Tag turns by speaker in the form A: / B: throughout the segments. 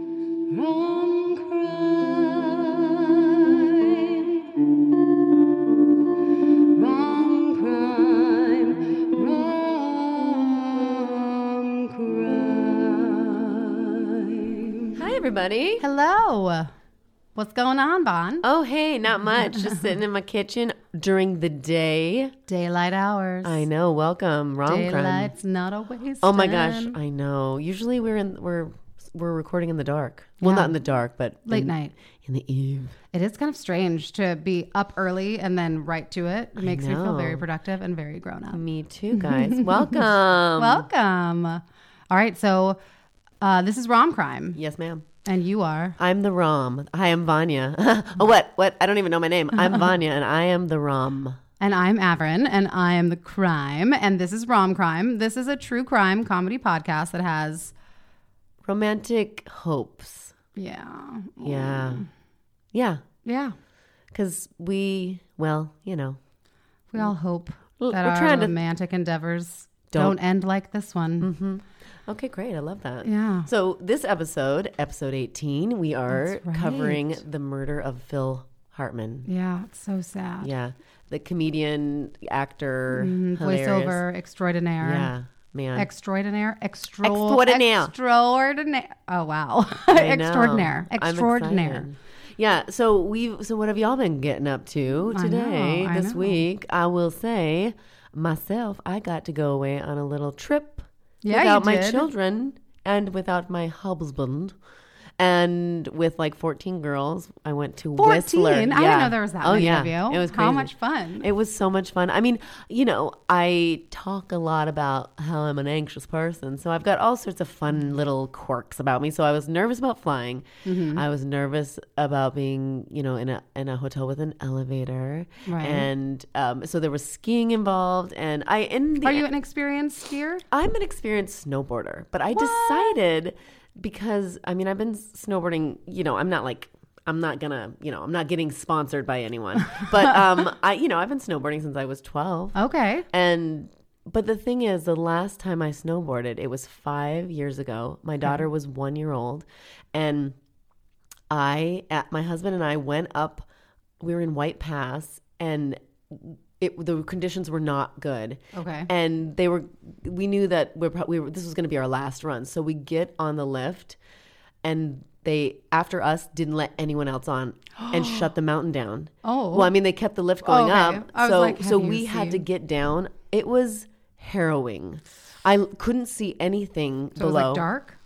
A: From crime, wrong crime, wrong crime.
B: Hi, everybody.
C: Hello. What's going on, Bon?
B: Oh, hey, not much. Just sitting in my kitchen during the day.
C: Daylight hours.
B: I know. Welcome, rom crime.
C: Daylight's not a waste.
B: Oh my gosh, I know. Usually we're in we're we're recording in the dark. Well, not in the dark, but
C: Late
B: in-
C: night.
B: in the eve.
C: It is kind of strange to be up early and then right to it. It makes me feel very
B: know.
C: productive and very grown up.
B: Me too, guys. Welcome.
C: Welcome. All right, so uh, this is rom crime,
B: yes, ma'am.
C: and you are
B: I'm the Rom. Hi, I'm Vanya. oh, what? What? I don't even know my name. I'm Vanya, and I am the Rom.
C: And I'm Averin, and I am the crime, and this is Rom Crime. This is a true crime comedy podcast that has,
B: Romantic hopes.
C: yeah,
B: Yeah, yeah.
C: yeah.
B: Because we, well, you know,
C: We all hope
B: Well,
C: that
B: we're
C: our
B: trying to-
C: romantic endeavors
B: Don't- Mm-hmm.
C: don't, end like this one.
B: Okay, great. I love that.
C: Yeah.
B: So this episode, episode 18, we are
C: That's right.
B: covering the murder of Phil Hartman.
C: Yeah, it's so sad.
B: Yeah. The comedian, actor,
C: Mm,
B: hilarious.
C: Voiceover extraordinaire.
B: Yeah, man.
C: Extraordinaire, extra,
B: Extraordinaire.
C: extraordinaire. Oh wow,
B: I know.
C: extraordinaire,
B: I'm
C: extraordinaire.
B: excited. Yeah. So we've. So what have y'all been getting up to
C: I know,
B: today,
C: I
B: this
C: know.
B: week? I will say, myself, I got to go away on a little trip
C: Yeah, you
B: without my
C: did.
B: children and without my husband. And with like 14 girls, I went to Whistler.
C: Fourteen. I didn't know there was that
B: Oh,
C: many
B: yeah.
C: of you.
B: It was
C: How
B: crazy.
C: much fun?
B: It was so much fun. I mean, you know, I talk a lot about how I'm an anxious person. So I've got all sorts of fun little quirks about me. So I was nervous about flying.
C: Mm-hmm.
B: I was nervous about being, you know, in a in a hotel with an elevator.
C: Right.
B: And um, so there was skiing involved and I in the
C: Are you an experienced skier?
B: I'm an experienced snowboarder, but I decided because I mean I've been snowboarding, you know, I'm not like I'm not gonna, you know, I'm not getting sponsored by anyone. But um I you know, I've been snowboarding since I was 12.
C: Okay.
B: And but the thing is, the last time I snowboarded, it was five years ago. My daughter was one year old, and I, at, my husband and I went up. We were in White Pass, and it the conditions were not good.
C: Okay.
B: And they were, we knew that we're probably we were, this was going to be our last run. So we get on the lift, and they after us didn't let anyone else on and shut the mountain down.
C: Oh.
B: well, I mean they kept the lift going
C: Okay.
B: up.
C: I was
B: so
C: like, have
B: so
C: you
B: we had to
C: seen-
B: get down. It was harrowing. I l- couldn't see anything
C: So it was
B: below.
C: like dark.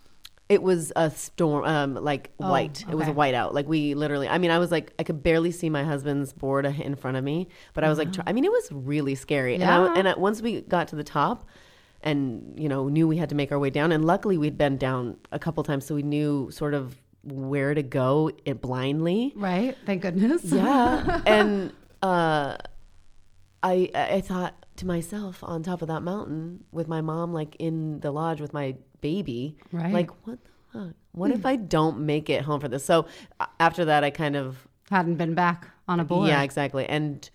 B: It was a storm, um, like white. It was a
C: Oh, okay.
B: whiteout. Like we literally. I mean, I was like, I could barely see my husband's board in front of me, but I was like, try- I mean, it was really scary. And,
C: Oh, Yeah.
B: I, and I, once we got to the top, and you know, knew we had to make our way down, and luckily we'd been down a couple times, so we knew sort of where to go it blindly.
C: Right. Thank goodness.
B: Yeah. and uh, I I thought to myself on top of that mountain with my mom, like in the lodge with my baby,
C: Right. Hmm.
B: like what the fuck? What if I don't make it home for this? So a- after that, I kind of
C: Hadn't been back on a board.
B: yeah, exactly. And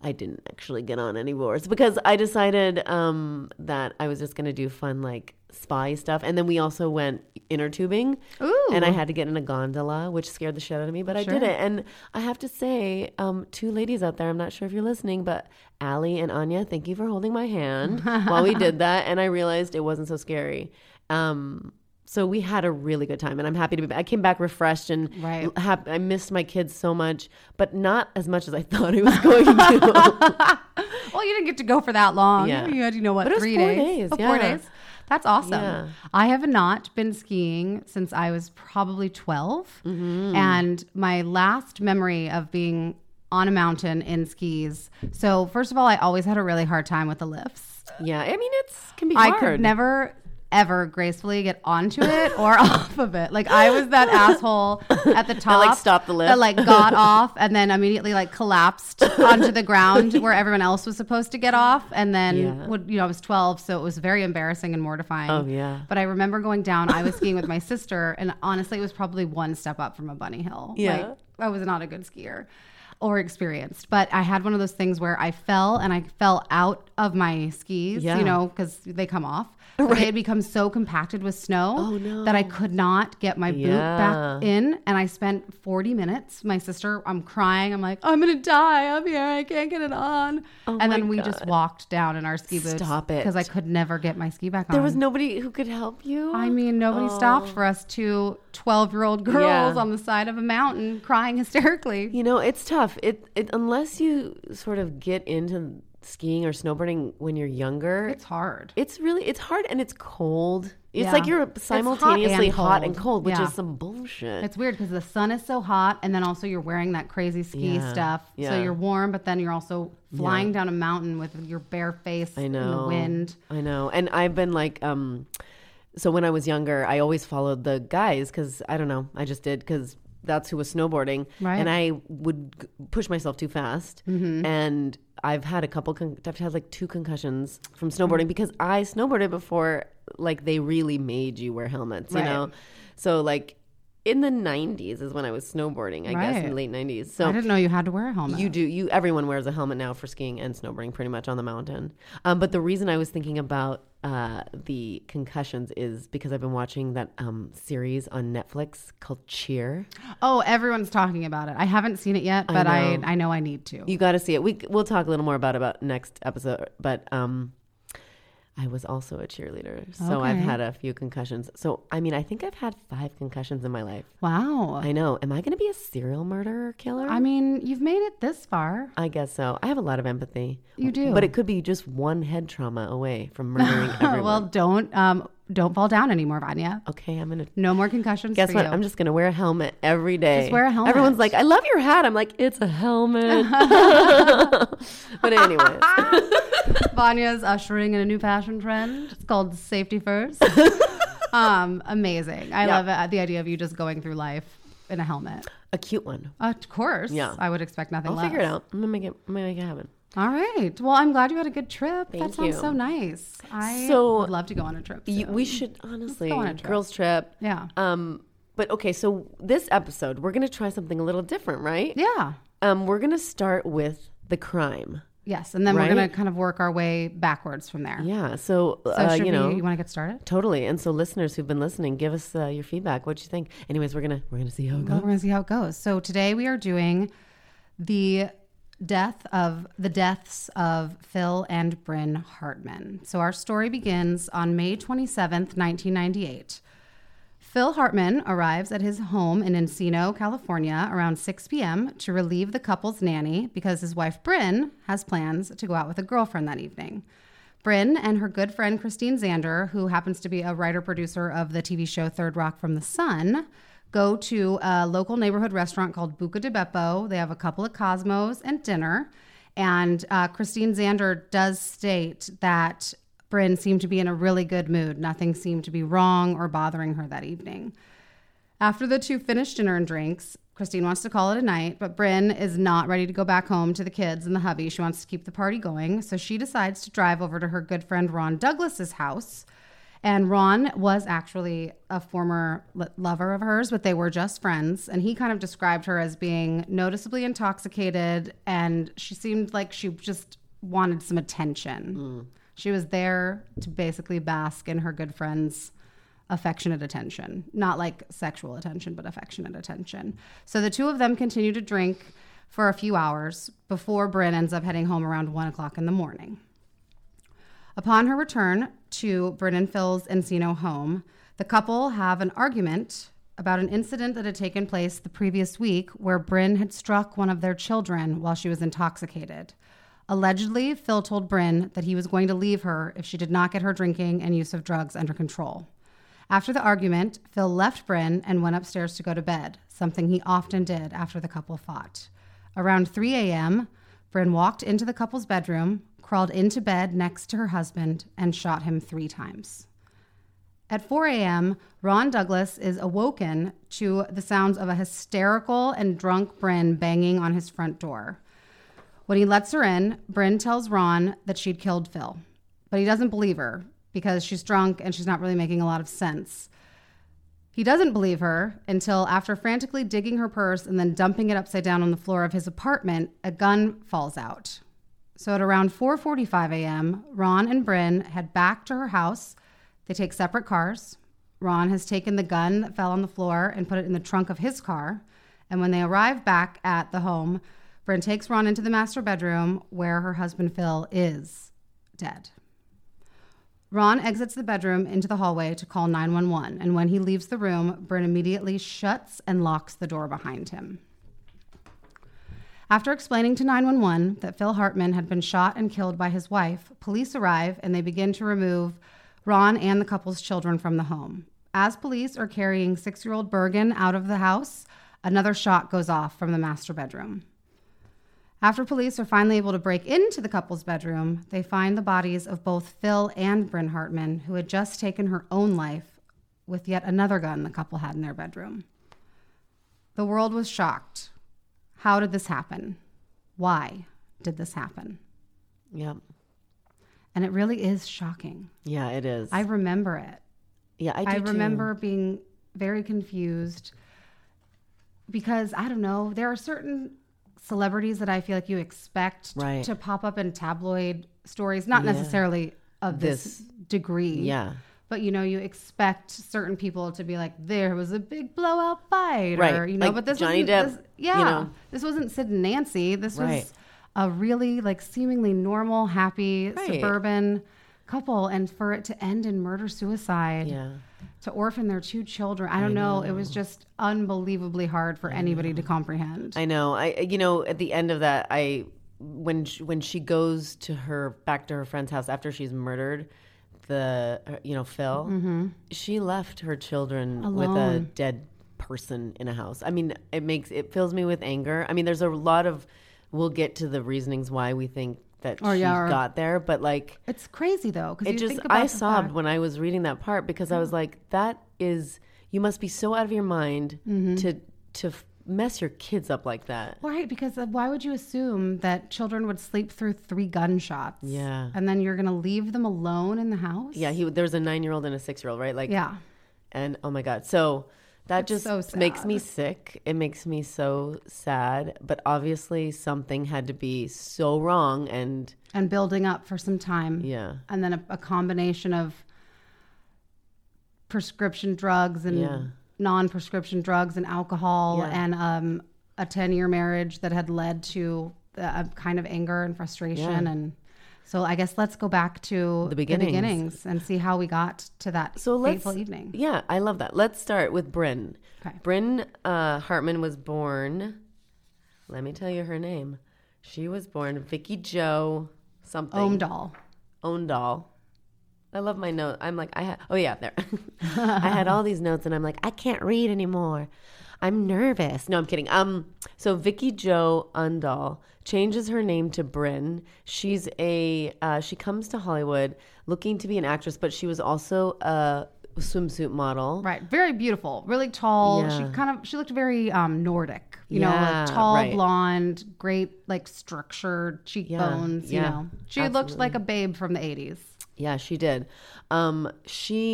B: I didn't actually get on any boards because I decided um, that I was just going to do fun like spy stuff. And then we also went inner tubing.
C: Ooh.
B: And I had to get in a gondola, which scared the shit out of me, but I did it. And I have to say, um, two ladies out there, I'm not sure if you're listening, but Allie and Anya, thank you for holding my hand while we did that. And I realized it wasn't so scary. Um, so we had a really good time, and I'm happy to be back. I came back refreshed and
C: Right.
B: hap- I missed my kids so much, but not as much as I thought I was going to.
C: Well, you didn't get to go for that long.
B: Yeah.
C: You had, you know, what,
B: But it was
C: three
B: four
C: days?
B: days,
C: Oh, Four
B: yeah.
C: days. That's awesome.
B: Yeah.
C: I have not been skiing since I was probably 12.
B: Mm-hmm.
C: And my last memory of being on a mountain in skis. So, first of all, I always had a really hard time with the lifts.
B: yeah, I mean it's can be
C: I
B: hard.
C: could never ever gracefully get onto it or off of it. Like I was that asshole at the top
B: stopped the lift.
C: that like got off and then immediately like collapsed onto the ground where everyone else was supposed to get off and then
B: Yeah.
C: would you know I was 12 so it was very embarrassing and mortifying.
B: Oh, yeah.
C: But I remember going down I was skiing with my sister and honestly it was probably one step up from a bunny hill.
B: Yeah.
C: Like I was not a good skier or experienced, but I had one of those things where I fell and I fell out of my skis,
B: Yeah.
C: you know, because they come off. But They had become so compacted with snow
B: Oh,
C: that I could not get my boot back in. And I spent 40 minutes. My sister, I'm crying. I'm like, I'm going to die up here. I can't get it on. and then we just walked down in our ski boots.
B: Oh Stop it.
C: Because I could never get my ski back on.
B: There was nobody who could help you.
C: um, I mean, nobody stopped for us two 12 year old girls
B: Yeah.
C: on the side of a mountain crying hysterically.
B: You know, it's tough. It, it unless you sort of get into skiing or snowboarding when you're younger,
C: It's hard.
B: it's really it's hard and it's cold. It's
C: Yeah.
B: like you're
C: It's hot and
B: simultaneously hot and cold,
C: cold.
B: which
C: Yeah.
B: is some bullshit.
C: It's weird because the sun is so hot, and then also you're wearing that crazy ski
B: Yeah,
C: stuff.
B: yeah.
C: So you're warm, but then you're also flying down a mountain with your bare face
B: I
C: in
B: know.
C: the wind.
B: I know. And I've been like, um, so when I was younger, I always followed the guys because I don't know, I just did because that's who was snowboarding,
C: Right. Mm-hmm.
B: and I would g- push myself too fast, and I've had a couple. Con- I've had like two concussions from
C: Mm-hmm.
B: snowboarding because I snowboarded before. Like they really made you wear helmets, you
C: Right.
B: know. So like in the '90s is when I was snowboarding, I guess, in
C: Right.
B: the late '90s. So
C: I didn't know you had to wear a helmet.
B: you do. You everyone wears a helmet now for skiing and snowboarding, pretty much on the mountain. Um, but the reason I was thinking about uh, the concussions is because I've been watching that um, series on Netflix called Cheer.
C: oh, everyone's talking about it. I haven't seen it yet, but I know I, know I need to.
B: You got to see it. We c- we'll talk a little more about about next episode. But um, I was also a cheerleader, so I've
C: Okay.
B: had a few concussions. So I mean, I think I've had five concussions in my life.
C: wow. I,
B: I know. Am I going to be a serial murderer killer?
C: mean, you've made it this far.
B: I guess so. I have a lot of empathy.
C: You do.
B: But it could be just one head trauma away from murdering everyone.
C: well, don't um, don't fall down anymore, Vanya.
B: okay, I'm going to.
C: No more concussions.
B: Guess
C: for
B: what?
C: You.
B: I'm just going to wear a helmet every day.
C: Just wear a helmet.
B: Everyone's like, I love your hat. I'm like, it's a helmet. but, anyways,
C: Vanya's ushering in a new fashion trend. It's called safety first. um, amazing. I love it, uh, the idea of you just going through life in a helmet.
B: a cute one.
C: Of course.
B: Yeah.
C: I would expect nothing
B: I'll
C: less.
B: figure it out. I'm going to make it, I'm gonna make it happen.
C: All right. Well, I'm glad you had a good trip. that
B: Thank
C: sounds
B: you.
C: so nice. I
B: So-
C: would love to go on a trip.
B: You-
C: soon.
B: we should, honestly,
C: on a trip.
B: girls' trip.
C: yeah.
B: Um, but okay, so this episode, we're going to try something a little different, right?
C: yeah.
B: Um, we're going to start with the crime.
C: Yes. And then
B: Right?
C: we're going to kind of work our way backwards from there.
B: Yeah. So,
C: So
B: uh,
C: should
B: you
C: we-
B: know,
C: you want to get started?
B: Totally. And so, listeners who've been listening, give us uh, your feedback. What you think? Anyways, we're gonna we're gonna see how it
C: Well,
B: goes.
C: we're gonna see how it goes. So today we are doing the death of the deaths of Phil and Bryn Hartman. So our story begins on May 27th, 1998. Phil Hartman arrives at his home in Encino, California around 6 p.m. to relieve the couple's nanny because his wife Bryn has plans to go out with a girlfriend that evening. Bryn and her good friend Christine Zander, who happens to be a writer producer of the TV show Third Rock from the Sun, go to a local neighborhood restaurant called Buca di Beppo. They have a couple of Cosmos and dinner. And uh, Christine Zander does state that Bryn seemed to be in a really good mood. Nothing seemed to be wrong or bothering her that evening. After the two finish dinner and drinks, Christine wants to call it a night, but Bryn is not ready to go back home to the kids and the hubby. She wants to keep the party going, so she decides to drive over to her good friend Ron Douglas's house. And Ron was actually a former lo- lover of hers, but they were just friends. And he kind of described her as being noticeably intoxicated, and she seemed like she just wanted some attention. She was there to basically bask in her good friend's affectionate attention, not like sexual attention, but affectionate attention. So the two of them continue to drink for a few hours before Bryn ends up heading home around one o'clock in the morning. Upon her return to Bryn and Phil's Encino home, the couple have an argument about an incident that had taken place the previous week where Bryn had struck one of their children while she was intoxicated. Allegedly, Phil told Bryn that he was going to leave her if she did not get her drinking and use of drugs under control. After the argument, Phil left Bryn and went upstairs to go to bed, something he often did after the couple fought. Around 3 a.m., Bryn walked into the couple's bedroom, crawled into bed next to her husband, and shot him three times. At 4 a.m., Ron Douglas is awoken to the sounds of a hysterical and drunk Bryn banging on his front door. When he lets her in, Bryn tells Ron that she'd killed Phil, but he doesn't believe her because she's drunk and she's not really making a lot of sense. He doesn't believe her until after frantically digging her purse and then dumping it upside down on the floor of his apartment, a gun falls out. So at around 4:45 a.m., Ron and Bryn head back to her house. They take separate cars. Ron has taken the gun that fell on the floor and put it in the trunk of his car. And when they arrive back at the home, Bryn takes Ron into the master bedroom where her husband Phil is dead. Ron exits the bedroom into the hallway to call 911, and when he leaves the room, Bryn immediately shuts and locks the door behind him. After explaining to 911 that Phil Hartman had been shot and killed by his wife, police arrive and they begin to remove Ron and the couple's children from the home. As police are carrying six year old Bergen out of the house, another shot goes off from the master bedroom. After police are finally able to break into the couple's bedroom, they find the bodies of both Phil and Bryn Hartman, who had just taken her own life with yet another gun the couple had in their bedroom. The world was shocked. How did this happen? Why did this happen? Mm-hmm.
B: Yep.
C: And it really is shocking.
B: Yeah, it is.
C: I remember it.
B: yeah, I, do
C: I,
B: too.
C: remember being very confused because I don't know. There are certain celebrities that I feel like you expect
B: Right.
C: to pop up in tabloid stories, not necessarily of this, degree.
B: Yeah.
C: But you know, you expect certain people to be like, "There was a big blowout fight," or
B: Right.
C: you know.
B: Like
C: but this
B: Johnny
C: wasn't-
B: Depp,
C: this- yeah,
B: you know.
C: this wasn't Sid and Nancy. This
B: Right.
C: was a really like seemingly normal, happy
B: Right.
C: suburban couple, and for it to end in murder suicide
B: Yeah.
C: to orphan their two children. I don't know. It was just unbelievably hard for anybody to comprehend.
B: I know. I you know at the end of that, I when she, when she goes to her back to her friend's house after she's murdered, the uh, you know Phil,
C: Mm-hmm.
B: she left her children with a dead person in a house. I mean, it makes it fills me with anger. I mean, there's a lot of we'll get to the reasonings why we think that she
C: Oh, yeah, or-
B: got there, but like
C: it's crazy though, because
B: it
C: you
B: just
C: think about
B: I
C: the
B: sobbed
C: fact-
B: when I was reading that part because I was like, that is you must be so out of your mind
C: Mm-hmm.
B: to to f- mess your kids up like that.
C: Right, because uh, why would you assume that children would sleep through three gunshots?
B: Yeah.
C: and then you're gonna leave them alone in the house?
B: Yeah, he there was a nine year old and a six year old, right? Like
C: yeah.
B: and oh my god. So that just
C: so
B: makes me
C: sad.
B: sick. It makes me so sad. But obviously something had to be so wrong and
C: And building up for some time.
B: yeah.
C: and then a, a combination of prescription drugs and
B: Yeah.
C: non-prescription drugs and alcohol
B: Yeah.
C: and um, a 10-year marriage that had led to the, a kind of anger and frustration
B: Yeah.
C: and so i guess let's go back to
B: The beginnings.
C: beginnings and see how we got to that
B: So let's
C: fateful evening
B: Yeah, I love that. Let's start with Bryn.
C: Okay.
B: Bryn uh, Hartman was born. Let me tell you her name. She was born Vicky Joe something.
C: omdahl
B: Owndahl. I love my note. I'm like, I ha- oh yeah, there. I had all these notes, and I'm like, I can't read anymore. I'm nervous. No, I'm kidding. Um, so Vicky Jo Undahl changes her name to Bryn. She's a uh, she comes to Hollywood looking to be an actress, but she was also a swimsuit model.
C: right very beautiful really tall
B: Yeah.
C: she kind of she looked very um nordic you know
B: Yeah,
C: like tall
B: right.
C: blonde great like structured cheekbones
B: yeah,
C: you know she looked like a babe from the 80s
B: Yeah, she did. Um, she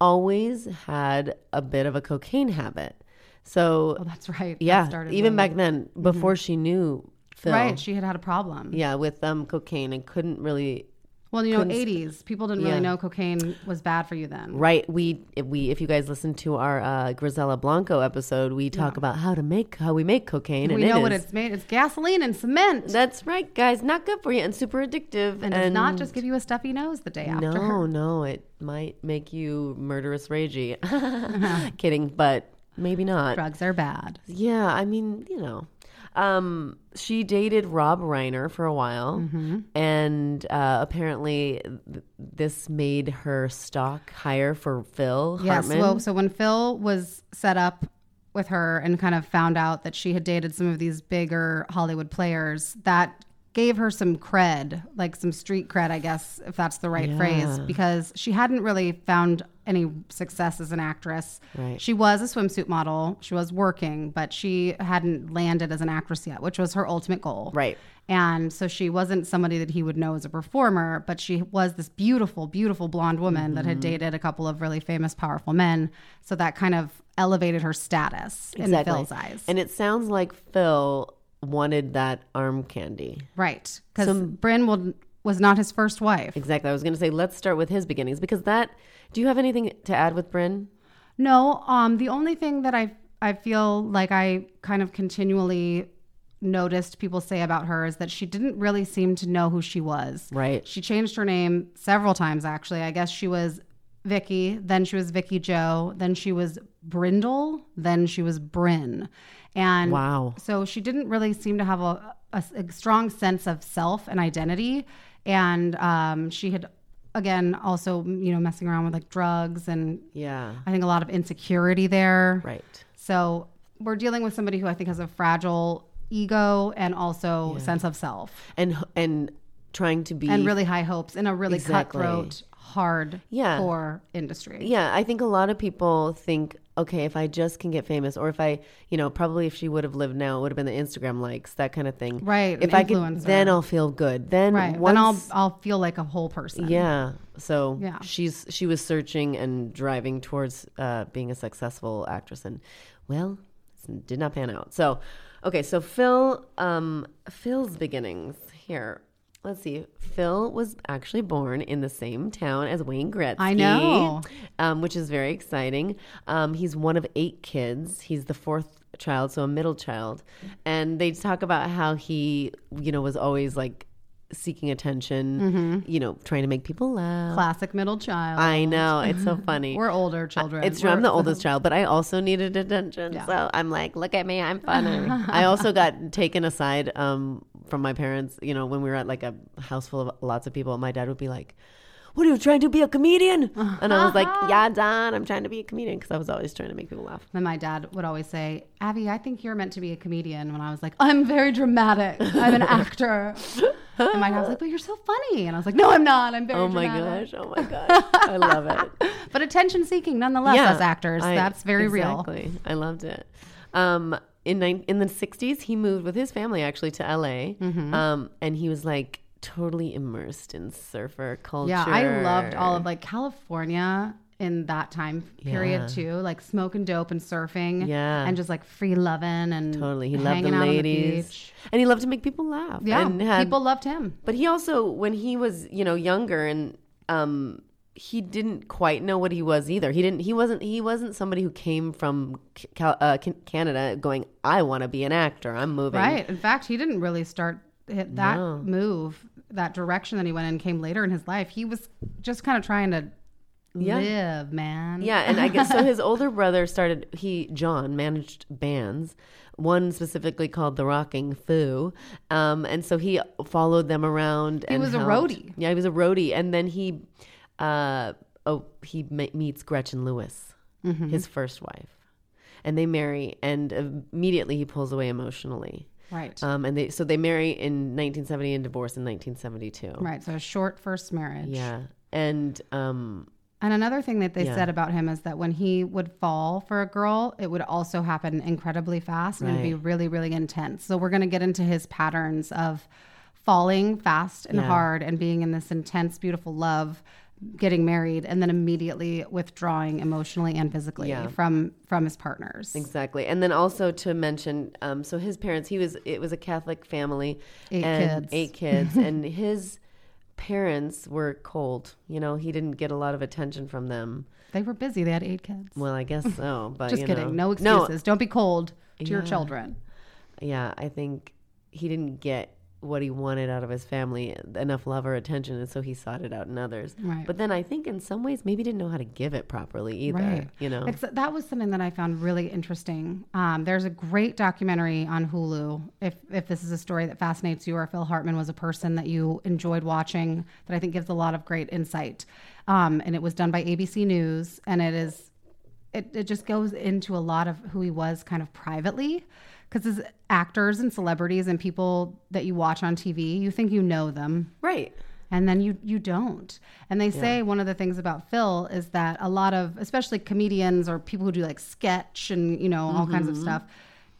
B: always had a bit of a cocaine habit. So
C: oh that's right That
B: Yeah,
C: started
B: even
C: late.
B: back then, before she knew Phil,
C: right she had had a problem
B: yeah, with um cocaine and couldn't really
C: Well, you know,
B: Couldn't-
C: 80s, people didn't
B: Yeah.
C: really know cocaine was bad for you then.
B: Right. We if we if you guys listen to our uh, Grisella Blanco episode, we talk about how to make how we make cocaine.
C: We
B: and it
C: know what
B: is-
C: it's made. It's gasoline and cement.
B: That's right, guys. Not good for you and super addictive.
C: and does not just give you a stuffy nose the day after.
B: no, no. It might make you murderous ragey. Kidding, but maybe not.
C: Drugs are bad.
B: Yeah, I mean, you know. Um, she dated Rob Reiner for a while,
C: Mm-hmm.
B: and uh, apparently th- this made her stock higher for Phil
C: Yes.
B: Hartman.
C: Well, so when Phil was set up with her and kind of found out that she had dated some of these bigger Hollywood players, that gave her some cred, like some street cred, I guess, if that's the right phrase, because she hadn't really found any success as an actress.
B: Right.
C: She was a swimsuit model, she was working, but she hadn't landed as an actress yet, which was her ultimate goal.
B: Right.
C: And so she wasn't somebody that he would know as a performer, but she was this beautiful, beautiful blonde woman that had dated a couple of really famous, powerful men. So that kind of elevated her status in Phil's eyes.
B: And it sounds like Phil wanted that arm candy.
C: right. Because Bryn will, was not his first wife.
B: Exactly. I was going to say, let's start with his beginnings because that. Do you have anything to add with Bryn?
C: No, um, the only thing that I I feel like I kind of continually noticed people say about her is that she didn't really seem to know who she was.
B: Right.
C: She changed her name several times actually. I guess she was Vicky, then she was Vicky Joe, then she was Brindle, then she was Bryn. And
B: Wow.
C: so she didn't really seem to have a, a, a strong sense of self and identity. And um, she had, again, also, you know, messing around with like drugs and
B: Yeah.
C: I think a lot of insecurity there.
B: Right.
C: So we're dealing with somebody who I think has a fragile ego and also sense of self
B: And and trying to be
C: and really high hopes in a really
B: Exactly.
C: cutthroat, hard
B: Yeah.
C: core industry.
B: Yeah, I think a lot of people think, okay, if I just can get famous, or if I, you know, probably if she would have lived now, it would have been the Instagram likes, that kind of thing.
C: Right,
B: If
C: an
B: I could,
C: influencer.
B: then I'll feel good. Then
C: Right.
B: once,
C: then I'll I'll feel like a whole person.
B: yeah. So
C: Yeah.
B: she's she was searching and driving towards uh, being a successful actress, and well, it did not pan out. So, okay, so Phil, um, Phil's beginnings here. Let's see. Phil was actually born in the same town as Wayne Gretzky.
C: I know.
B: um, which is very exciting. Um, he's one of eight kids. He's the fourth child, so a middle child. And they talk about how he, you know, was always like seeking attention, you know, trying to make people laugh.
C: Classic middle child.
B: I know. It's so funny.
C: We're older children.
B: It's true.
C: We're-
B: I'm the oldest child, but I also needed attention. So I'm like, look at me, I'm funny. I also got taken aside um, from my parents. You know, when we were at like a house full of lots of people, my dad would be like, "What are you trying to be a comedian?" And I was like, "Yeah, Don, I'm trying to be a comedian because I was always trying to make people laugh."
C: Then my dad would always say, Abby, I think you're meant to be a comedian. When I was like, I'm very dramatic. I'm an actor. and my dad was like, but you're so funny. And I was like, no, I'm not. I'm very
B: Oh my
C: dramatic."
B: gosh! Oh my gosh! I love it.
C: But attention seeking, nonetheless, as actors,
B: I-
C: that's very real.
B: exactly. I loved it. Um, in nine, in the '60s, he moved with his family actually to LA,
C: Mm-hmm.
B: um, and he was like totally immersed in surfer culture.
C: Yeah, I loved all of like California in that time period
B: Yeah.
C: too, like smoking dope and surfing,
B: Yeah.
C: and just like free loving and
B: totally. He loved the
C: hanging out on the
B: ladies,
C: beach.
B: and he loved to make people laugh.
C: Yeah,
B: and had-
C: people loved him.
B: But he also, when he was you know younger and um. He didn't quite know what he was either. He didn't. He wasn't. He wasn't somebody who came from Cal, uh, Can- Canada, going, "I want to be an actor. I'm moving."
C: Right. In fact, he didn't really start hit that
B: No.
C: move, that direction that he went in came later in his life. He was just kind of trying to
B: Yeah.
C: live, man.
B: Yeah, and I guess so. His older brother started. He John managed bands, one specifically called the Rocking Foo, um, and so he followed them around. He and
C: was a
B: helped.
C: roadie.
B: Yeah, he was a roadie, and then he, uh, oh, he ma- meets Gretchen Lewis,
C: Mm-hmm.
B: his first wife, and they marry. And immediately he pulls away emotionally.
C: Right.
B: Um, and they so they marry in 1970 and divorce in 1972.
C: right. So a short first marriage.
B: Yeah, and um,
C: And another thing that they said about him is that when he would fall for a girl, it would also happen incredibly fast and it'd be
B: Right.
C: really, really intense. So we're going to get into his patterns of falling fast and hard and being in this intense, beautiful love, getting married, and then immediately withdrawing emotionally and physically from from his partners.
B: Exactly, and then also to mention, um, so his parents, he was it was a Catholic family,
C: Eight
B: and
C: kids.
B: eight kids, and his parents were cold. You know, he didn't get a lot of attention from them.
C: They were busy. They had eight kids.
B: Well, I guess so, but
C: Just
B: you
C: kidding. No
B: know.
C: excuses. Don't be cold to your
B: Yeah.
C: children.
B: yeah, I think he didn't get what he wanted out of his family enough love or attention, and so he sought it out in others.
C: Right.
B: But then I think in some ways maybe didn't know how to give it properly either. You know,
C: It's, that was something that I found really interesting. Um, there's a great documentary on Hulu. If if this is a story that fascinates you, or Phil Hartman was a person that you enjoyed watching, that I think gives a lot of great insight. Um, and it was done by ABC News, and it is it, it just goes into a lot of who he was kind of privately because as actors and celebrities and people that you watch on TV, you think you know them
B: right?
C: and then you you don't. And they say one of the things about Phil is that a lot of especially comedians or people who do like sketch and you know all kinds
B: Mm-hmm.
C: of stuff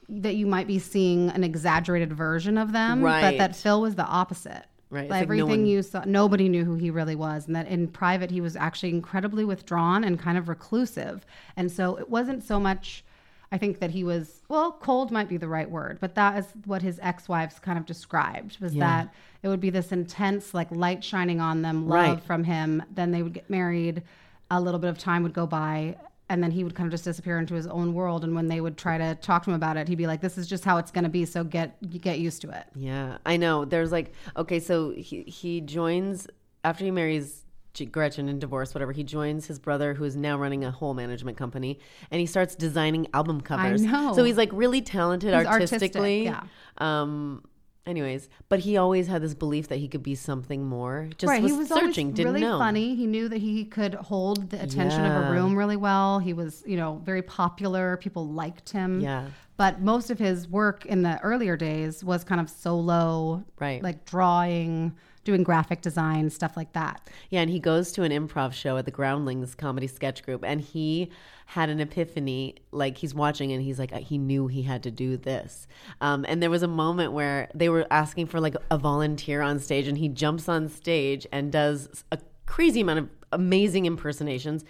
C: that you might be seeing an exaggerated version of them, but
B: Right.
C: that Phil was the opposite.
B: Right, it's
C: Like
B: like no
C: everything
B: one-
C: you saw, nobody knew who he really was, and that in private he was actually incredibly withdrawn and kind of reclusive. And so it wasn't so much. I think that he was well, cold might be the right word, but that is what his ex-wives kind of described was that it would be this intense like light shining on them, love
B: Right.
C: from him. Then they would get married, a little bit of time would go by, and then he would kind of just disappear into his own world. And when they would try to talk to him about it, he'd be like, "This is just how it's going to be, so get get used to it."
B: Yeah, I know. There's like okay, so he he joins after he marries G- Gretchen in divorce, whatever. He joins his brother, who is now running a whole management company, and he starts designing album covers.
C: know.
B: So he's like really talented
C: He's artistic,
B: artistically.
C: yeah.
B: Um. Anyways, but he always had this belief that he could be something more. Just
C: right,
B: was,
C: he was
B: searching.
C: always
B: Didn't
C: really
B: know.
C: funny. He knew that he could hold the attention of
B: Yeah.
C: a room really well. He was, you know, very popular. People liked him.
B: Yeah.
C: But most of his work in the earlier days was kind of solo,
B: Right.
C: Like drawing, doing graphic design, stuff like that.
B: Yeah, and he goes to an improv show at the Groundlings Comedy Sketch Group, and he had an epiphany. Like he's watching, and he's like, he knew he had to do this. Um, and there was a moment where they were asking for like a volunteer on stage, and he jumps on stage and does a crazy amount of amazing impersonations.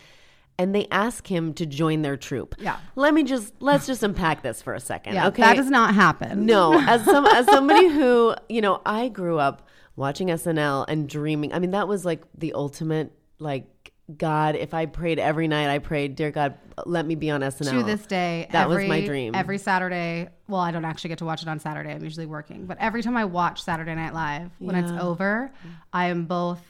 B: And they ask him to join their troupe.
C: Yeah.
B: Let me just let's just unpack this for a second.
C: Yeah,
B: okay.
C: that does not happen.
B: No, as some as somebody who you know, I grew up watching SNL and dreaming. I mean, that was like the ultimate like God. If I prayed every night, I prayed, dear God, let me be on SNL.
C: To this day,
B: that
C: every,
B: was my dream.
C: Every Saturday, well, I don't actually get to watch it on Saturday. I'm usually working, but every time I watch Saturday Night Live, when it's over, I am both,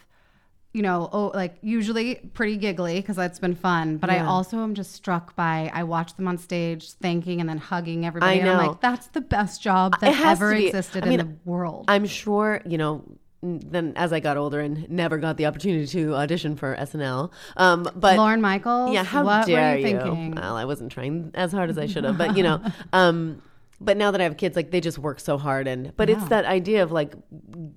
C: you know, oh, like usually pretty giggly because that's been fun. But I also am just struck by I watch them on stage thanking and then hugging everybody.
B: I
C: And I'm
B: know. Uh,
C: like, that's the best job
B: It
C: that
B: has
C: ever
B: to be.
C: existed
B: I mean,
C: in the world.
B: I'm sure you know. n- Then as I got older and never got the opportunity to audition for SNL, um, but
C: Lauren Michaels.
B: Yeah, how
C: what
B: dare
C: were you, thinking?
B: Well, I wasn't trying as hard as I should have, but you know, um, but now that I have kids, like they just work so hard, and but it's that idea of like,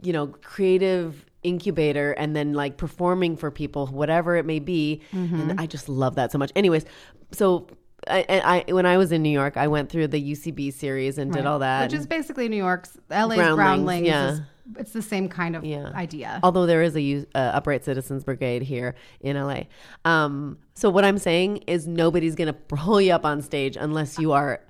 B: you know, creative incubator and then like performing for people whatever it may be
C: Mm-hmm.
B: and i just love that so much anyways so I, I I- when i was in new york i went through the ucb series and did all that
C: Which is basically New York's, LA's
B: Groundlings,
C: Groundlings.
B: yeah.
C: is- it's the same kind of
B: Yeah.
C: idea.
B: Although there is a U- uh, Upright Citizens Brigade here in LA. Um, so what I'm saying is nobody's going to pull you up on stage unless you are.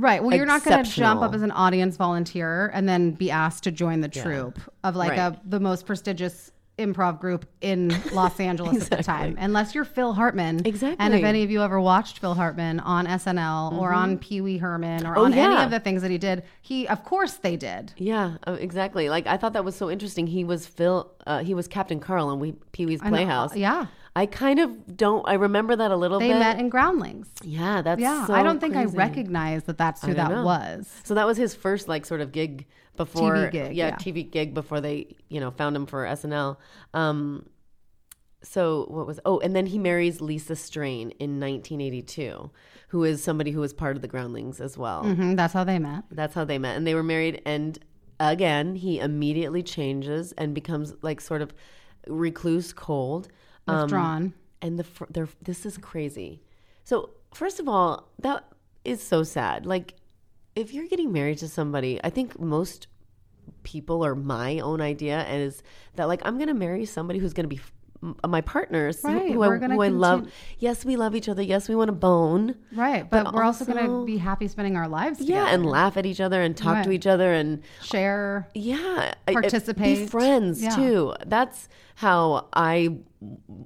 C: Right. Well, you're not going to jump
B: exceptional.
C: up as an audience volunteer and then be asked to join the troupe of like
B: Right.
C: a, the most prestigious improv group in Los Angeles at the time, unless you're Phil Hartman. And
B: Exactly. Mm-hmm.
C: if any of you ever watched Phil Hartman on SNL or on Pee Wee Herman or on any
B: Oh, yeah.
C: of the things that he did, he, of course, they did.
B: Yeah, uh, exactly. Like I thought that was so interesting. He was Phil. Uh, he was Captain Carl in we- Pee Wee's
C: know. uh,
B: Playhouse.
C: Yeah.
B: I kind of don't. I remember that a little
C: They
B: bit.
C: met in Groundlings.
B: yeah, that's
C: Yeah.
B: so
C: I don't think I
B: crazy.
C: recognize that that's who that
B: know.
C: was.
B: So that was his first like sort of gig before
C: gig, yeah.
B: TV gig before they you know found him for SNL. Um, so what was oh and then he marries Lisa Strain in 1982, who is somebody who was part of the Groundlings as well.
C: Mhm, that's how they met.
B: That's how they met and they were married and again he immediately changes and becomes like sort of recluse cold um,
C: Withdrawn.
B: and the fr- they're, this is crazy. So first of all, that is so sad. Like if you're getting married to somebody, I think most people or my own idea is that like I'm gonna marry somebody who's gonna be f- m- my partners who-
C: Right,
B: who,
C: we're
B: I,
C: gonna
B: who I love.
C: continue-
B: Yes, we love each other. Yes, we want to bone.
C: Right. But,
B: But
C: we're also, going to
B: also-
C: be happy spending our lives together.
B: Yeah, and laugh at each other and talk to
C: Right.
B: each other and
C: share.
B: yeah, I- I- Be
C: Participate.
B: friends
C: Yeah.
B: too. That's how I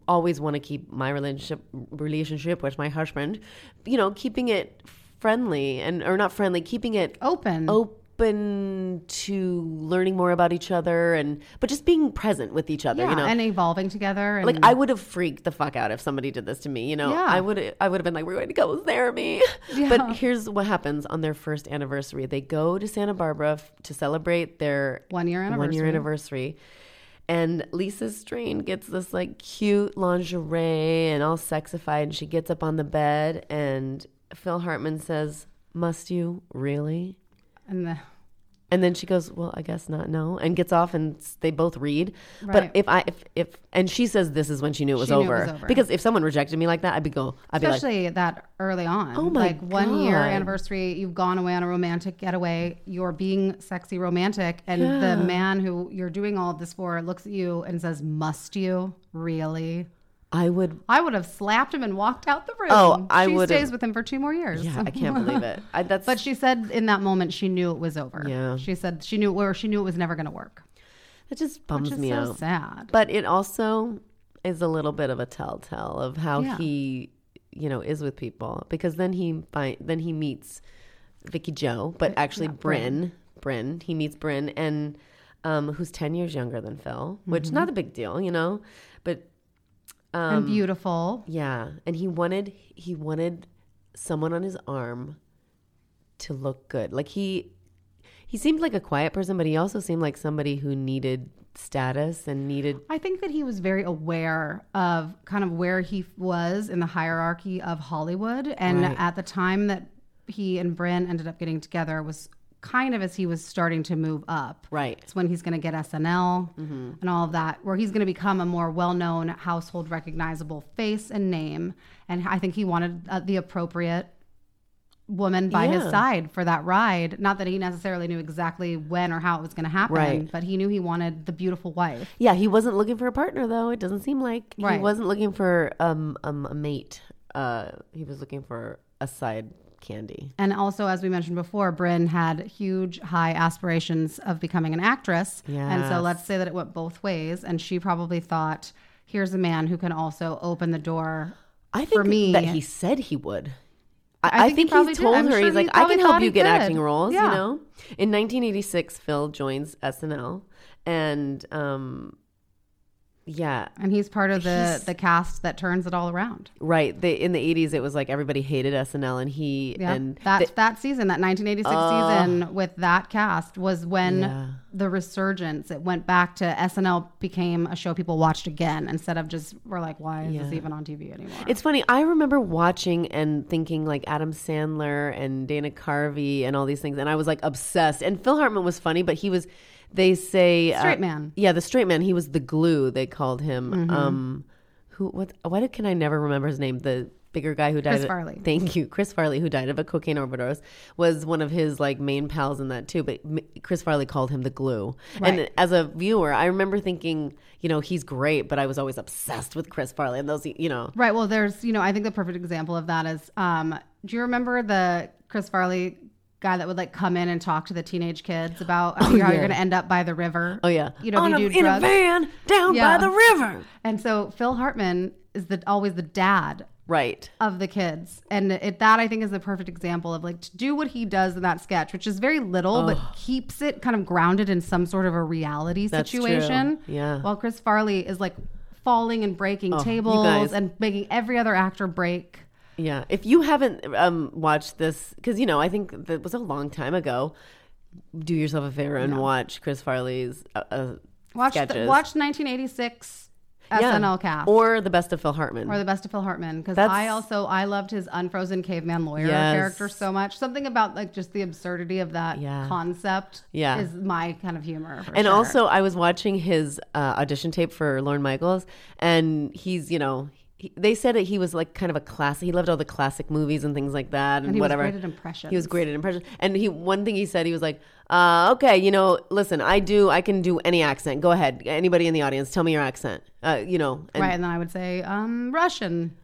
B: always want to keep my relationship relationship with my husband. You know, keeping it friendly and or not friendly, keeping it
C: Open.
B: open to learning more about each other and but just being present with each other.
C: yeah,
B: you know,
C: and evolving together. And
B: like I would have freaked the fuck out if somebody did this to me. You know,
C: Yeah.
B: I would I would have been like, we're going to go with therapy. But here's what happens on their first anniversary: they go to Santa Barbara f- to celebrate their
C: One year
B: one year
C: anniversary.
B: anniversary. And Lisa Strain gets this like cute lingerie and all sexified, and she gets up on the bed, and Phil Hartman says, "Must you really?"
C: and the,
B: And then she goes, "Well, I guess not. No," and gets off, and s- they both read.
C: Right.
B: But if I if if and she says this is when she knew it was,
C: She knew it
B: over.
C: was over.
B: because if someone rejected me like that, I'd be go. I'd be like,
C: especially that early on.
B: Oh my
C: Like one year
B: God.
C: anniversary, you've gone away on a romantic getaway. You're being sexy romantic, and the man who you're doing all of this for looks at you and says, "Must you really?"
B: I would.
C: I would have slapped him and walked out the room.
B: Oh, I
C: She
B: would've-
C: stays with him for two more years. Mm-hmm.
B: Yeah, I can't believe it. I, that's
C: But she said in that moment she knew it was over.
B: Yeah.
C: She said she knew or she knew it was never going to work.
B: it just bums
C: Which is
B: me
C: so
B: out.
C: sad.
B: But it also is a little bit of a telltale of how
C: Yeah.
B: he you know is with people because then he find then he meets Vicky Joe, but actually Bryn. Bryn. He meets Bryn and um, who's ten years younger than Phil, which
C: Mm-hmm.
B: not a big deal, you know, but um,
C: and beautiful.
B: Yeah, and he wanted he wanted someone on his arm to look good. Like he he seemed like a quiet person, but he also seemed like somebody who needed status and needed
C: I think that he was very aware of kind of where he was in the hierarchy of Hollywood. And at the time that he and Bryn ended up getting together was kind of as he was starting to move up.
B: right. Mm-hmm.
C: It's when he's going to get SNL and all of that, where he's going to become a more well known, household recognizable face and name. And I think he wanted uh, the appropriate woman by his
B: Yeah.
C: side for that ride. Not that he necessarily knew exactly when or how it was going to happen,
B: Right.
C: but he knew he wanted the beautiful wife.
B: Yeah, he wasn't looking for a partner though. It doesn't seem like
C: Right.
B: he wasn't looking for um, um a mate. Uh, he was looking for a side candy.
C: And also, as we mentioned before, Bryn had huge, high aspirations of becoming an actress. And so
B: Yes.
C: let's say that it went both ways. And she probably thought, here's a man who can also open the door.
B: I think
C: me-
B: that he said he would. I,
C: I
B: I
C: think he
B: think,
C: probably
B: he's
C: did.
B: told
C: I'm
B: her
C: sure
B: he's
C: he
B: like, I
C: probably
B: can
C: thought
B: help
C: he
B: you get
C: could."
B: acting roles.
C: Yeah.
B: You know, in 1986, Phil joins SNL, and um, yeah,
C: And he's part of the,
B: He's-
C: the cast that turns it all around.
B: right. They, in the 80s, it was like everybody hated SNL, and he
C: Yeah.
B: and
C: that,
B: th-
C: that season, that 1986 season with that cast was when the resurgence, it went back to SNL became a show people watched again instead of just, we're like, why is this even on TV anymore?
B: It's funny. I remember watching and thinking like Adam Sandler and Dana Carvey and all these things, and I was like obsessed. And Phil Hartman was funny, but he was. They say uh,
C: Straight man. Mm-hmm.
B: Yeah, the straight man. He was the glue. They called him. Um, who? What? Why do- can I never remember his name? The bigger guy who died.
C: Chris
B: of-
C: Farley.
B: Thank you, Chris Farley, who died of a cocaine overdose, was one of his like main pals in that too. But m- Chris Farley called him the glue. And as a viewer, I remember thinking, you know, he's great, but I was always obsessed with Chris Farley and those, you know.
C: Right. Well, there's, you know, I think the perfect example of that is um, do you remember the Chris Farley guy that would like come in and talk to the teenage kids about how you're going to end up by the river?
B: Oh yeah.
C: You know, if you do
B: in
C: drugs.
B: a van down
C: Yeah.
B: by the river.
C: And so Phil Hartman is the always the dad
B: Right.
C: of the kids. And it, that I think is the perfect example of like to do what he does in that sketch, which is very little, but keeps it kind of grounded in some sort of a reality
B: That's true.
C: situation.
B: Yeah. Oh,
C: While Chris Farley is like falling and breaking tables
B: guys.
C: and making every other actor break.
B: Yeah. If you haven't um, watched this, because you know, I think that was a long time ago. Do yourself a favor and watch Chris Farley's uh, uh,
C: Watch the,
B: sketches.
C: watch 1986
B: Yeah.
C: SNL cast or,
B: or the best of Phil Hartman.
C: the best of Phil Hartman because
B: That's-
C: I also I loved his unfrozen caveman lawyer
B: Yes.
C: character so much. Something about like just the absurdity of that
B: Yeah.
C: concept
B: Yeah.
C: is my kind of humor. for
B: and
C: sure.
B: also, I was watching his uh, audition tape for Lorne Michaels, and he's you know he- they said that he was like kind of a classic. He loved all the classic movies and things like that, and,
C: he was
B: whatever.
C: great at impressions.
B: He was great at impressions. And he one thing he said he was like, uh, "Okay, you know, listen, I do, I can do any accent. Go ahead, anybody in the audience, tell me your accent. Uh, you know, and
C: right, and then I would say um, Russian.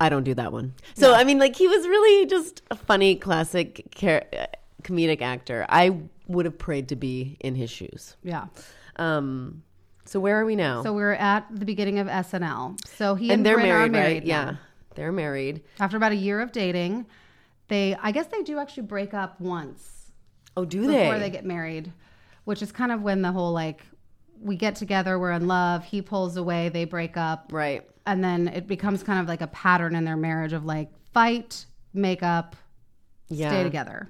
B: I don't do that one. So I mean, like he was really just a funny, classic, char- uh, comedic actor. I would have prayed to be in his shoes.
C: Yeah.
B: Um, so where are we now?
C: So we're at the beginning of SNL. So he and,
B: and they're
C: Bryn
B: married,
C: are married
B: right?
C: now.
B: Yeah, they're married.
C: After about a year of dating, they I guess they do actually break up once
B: Oh, do
C: before they get married, which is kind of when the whole like we get together, we're in love, he pulls away, they break up,
B: right.
C: and then it becomes kind of like a pattern in their marriage of like fight, make up,
B: Yeah.
C: stay together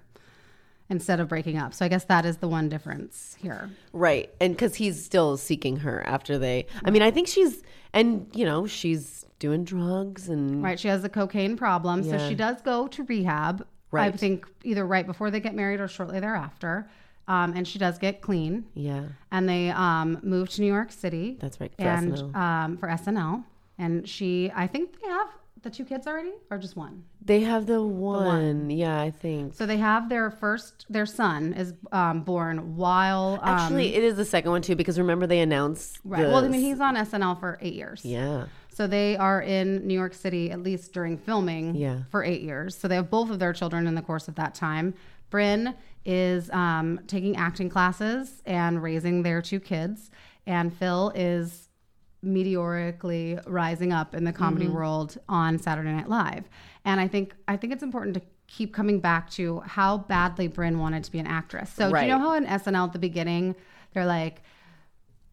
C: instead of breaking up. So I guess that is the one difference here.
B: Right. And because he's still seeking her after they, I mean, I think she's, and, you know, she's doing drugs and,
C: Right, she has a cocaine problem, so she does go to rehab. I
B: Right.
C: think either right before they get married or shortly thereafter. Um, and she does get clean.
B: yeah,
C: and they um, moved to New York City.
B: that's right. For
C: and
B: SNL.
C: Um, for SNL, and she, I think they have the two kids already, or just one.
B: They have the one. Yeah, I think.
C: So they have their first, their son is um, born while um,
B: Actually, it is the second one too, because remember they announced.
C: right. Well, I mean, he's on SNL for eight years.
B: Yeah.
C: So they are in New York City at least during filming.
B: Yeah.
C: For eight years, so they have both of their children in the course of that time. Bryn is um, taking acting classes and raising their two kids, and Phil is meteorically rising up in the comedy
B: Mm-hmm.
C: world on Saturday Night Live. And I think I think it's important to keep coming back to how badly Bryn wanted to be an actress. So do
B: Right.
C: you know how in SNL at the beginning they're like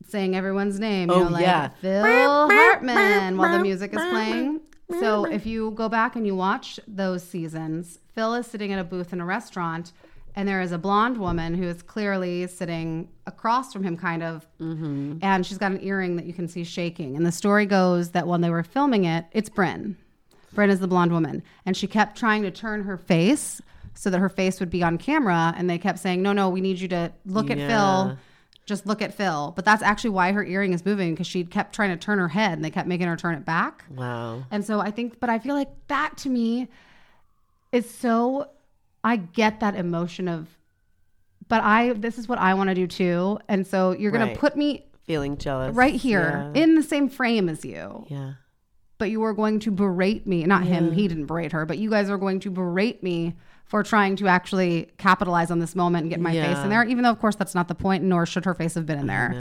C: saying everyone's name,
B: Oh,
C: you know, like
B: yeah.
C: Phil Hartman while the music is playing. So if you go back and you watch those seasons, Phil is sitting at a booth in a restaurant and there is a blonde woman who is clearly sitting across from him kind of and she's got an earring that you can see shaking. And the story goes that when they were filming it, it's Bryn. Bryn is the blonde woman, and she kept trying to turn her face so that her face would be on camera, and they kept saying, "No, no, we need you to look at Phil." Just look at Phil, but that's actually why her earring is moving because she kept trying to turn her head and they kept making her turn it back.
B: Wow.
C: And so I think, but I feel like that to me is so, I get that emotion of, but I, this is what I want to do too. And so you're going
B: Right.
C: to put me
B: Feeling jealous.
C: right here
B: Yeah.
C: in the same frame as you,
B: yeah.
C: but you are going to berate me, not him, he didn't berate her, but you guys are going to berate me for trying to actually capitalize on this moment and get my face in there, even though, of course, that's not the point, nor should her face have been in there.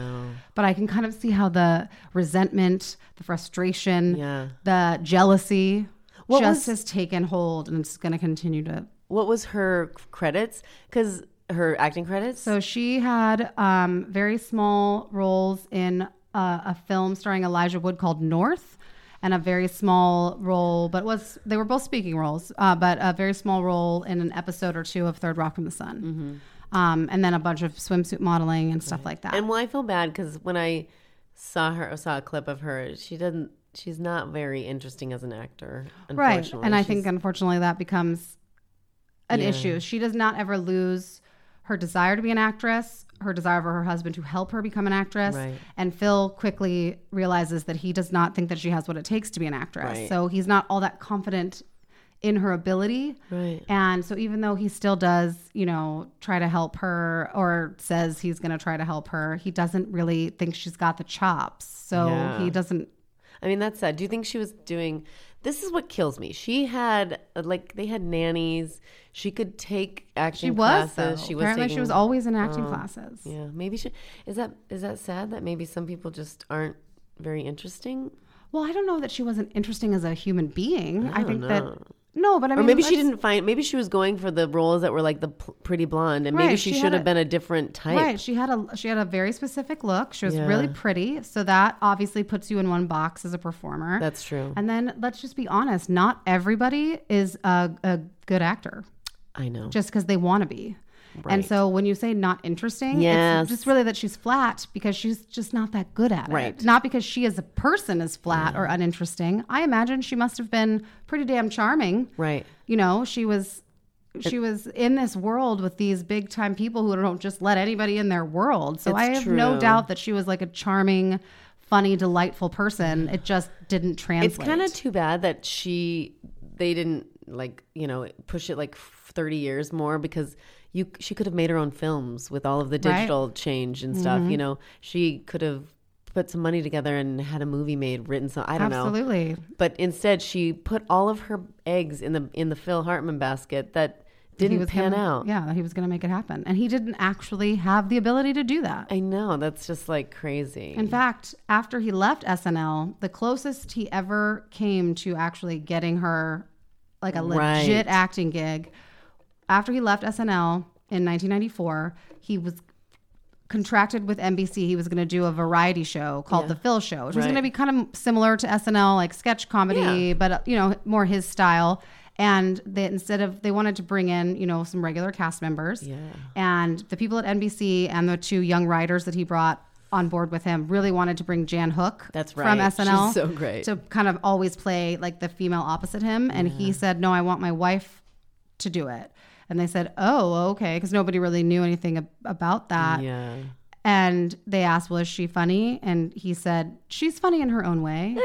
C: But I can kind of see how the resentment, the frustration,
B: Yeah.
C: the jealousy
B: What
C: just
B: was-
C: has taken hold and it's going to continue to.
B: What was her credits? Because her acting credits?
C: So she had um, very small roles in uh, a film starring Elijah Wood called North. And a very small role, but it was they were both speaking roles, uh, but a very small role in an episode or two of Third Rock from the Sun, um, and then a bunch of swimsuit modeling and stuff like that.
B: And well, I feel bad because when I saw her, I saw a clip of her. She doesn't. She's not very interesting as an actor,
C: right
B: unfortunately.
C: and i
B: She's-
C: think unfortunately that becomes an issue she does not ever lose her desire to be an actress her desire for her husband to help her become an actress
B: Right.
C: and phil quickly realizes that he does not think that she has what it takes to be an actress
B: Right.
C: so he's not all that confident in her ability
B: Right.
C: and so even though he still does you know try to help her or says he's going to try to help her he doesn't really think she's got the chops so
B: Yeah.
C: he doesn't
B: I mean, that's sad. Do you think she was doing? This is what kills me. She had uh, like they had nannies. She could take action
C: she was
B: classes.
C: though. apparently she
B: taking- um,
C: was always in acting classes
B: Yeah, maybe she is that. Is that sad that maybe some people just aren't very interesting,
C: Well, I don't know that she wasn't interesting as a human being. I, think that no, but I
B: or
C: mean,
B: maybe she
C: let's-
B: didn't find. Maybe she was going for the roles that were like the p- pretty blonde, and maybe
C: Right,
B: she,
C: she
B: should
C: had
B: have
C: a-
B: been a different type.
C: Right, she had a she had a very specific look. She was
B: Yeah.
C: really pretty, so that obviously puts you in one box as a performer.
B: That's true.
C: And then let's just be honest: not everybody is a, a good actor
B: I know.
C: just because they want to be. And so when you say not interesting,
B: Yes.
C: it's just really that she's flat because she's just not that good at
B: Right. Mm.
C: it. Not because she as a person is flat or uninteresting. I imagine she must have been pretty damn charming.
B: right.
C: you know she was she was in this world with these big time people who don't just let anybody in their world so
B: It's
C: i have no
B: true.
C: doubt that she was like a charming funny, delightful person. It just didn't translate.
B: It's kind of too bad that she they didn't like you know push it like thirty years more because you she could have made her own films with all of the
C: Right. Mm-hmm.
B: digital change and stuff. You know, she could have put some money together and had a movie made, written some. I don't know.
C: absolutely.
B: But instead, she put all of her eggs in the in the Phil Hartman basket that
C: He
B: didn't
C: was
B: pan
C: gonna-
B: out.
C: Yeah, that he was going to make it happen, and he didn't actually have the ability to do that.
B: I know that's just like crazy.
C: In fact, after he left SNL, the closest he ever came to actually getting her like a
B: Right.
C: legit acting gig, after he left SNL in 1994, he was contracted with NBC. He was going to do a variety show called The Phil Show, which was going to be
B: Right.
C: kind of similar to SNL, like sketch comedy, but uh, you know, more his style. And they instead of they wanted to bring in, you know, some regular cast members. Yeah. And the people at NBC and the two young writers that he brought on board with him really wanted to bring Jan Hook
B: That's
C: from
B: right.
C: SNL
B: She's so great.
C: to kind of always play like the female opposite him and he said no I want my wife to do it and they said oh okay because nobody really knew anything ab- about that
B: yeah.
C: and they asked, "Was she funny?" And he said, "She's funny in her own way."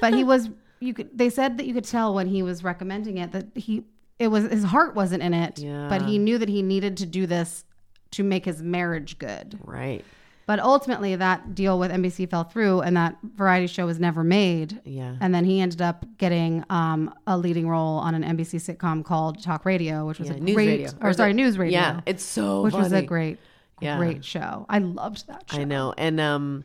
C: but he was you could they said that you could tell when he was recommending it that he it was his heart wasn't in it, but he knew that he needed to do this to make his marriage good.
B: Right.
C: But ultimately that deal with NBC fell through and that variety show was never made.
B: Yeah.
C: And then he ended up getting um, a leading role on an NBC sitcom called Talk Radio, which was
B: Yeah,
C: a
B: news
C: great
B: radio.
C: or
B: is
C: sorry,
B: it-
C: news radio.
B: Yeah, it's so
C: which was a
B: funny.
C: great
B: Yeah.
C: great show. I loved that show.
B: I know. And um,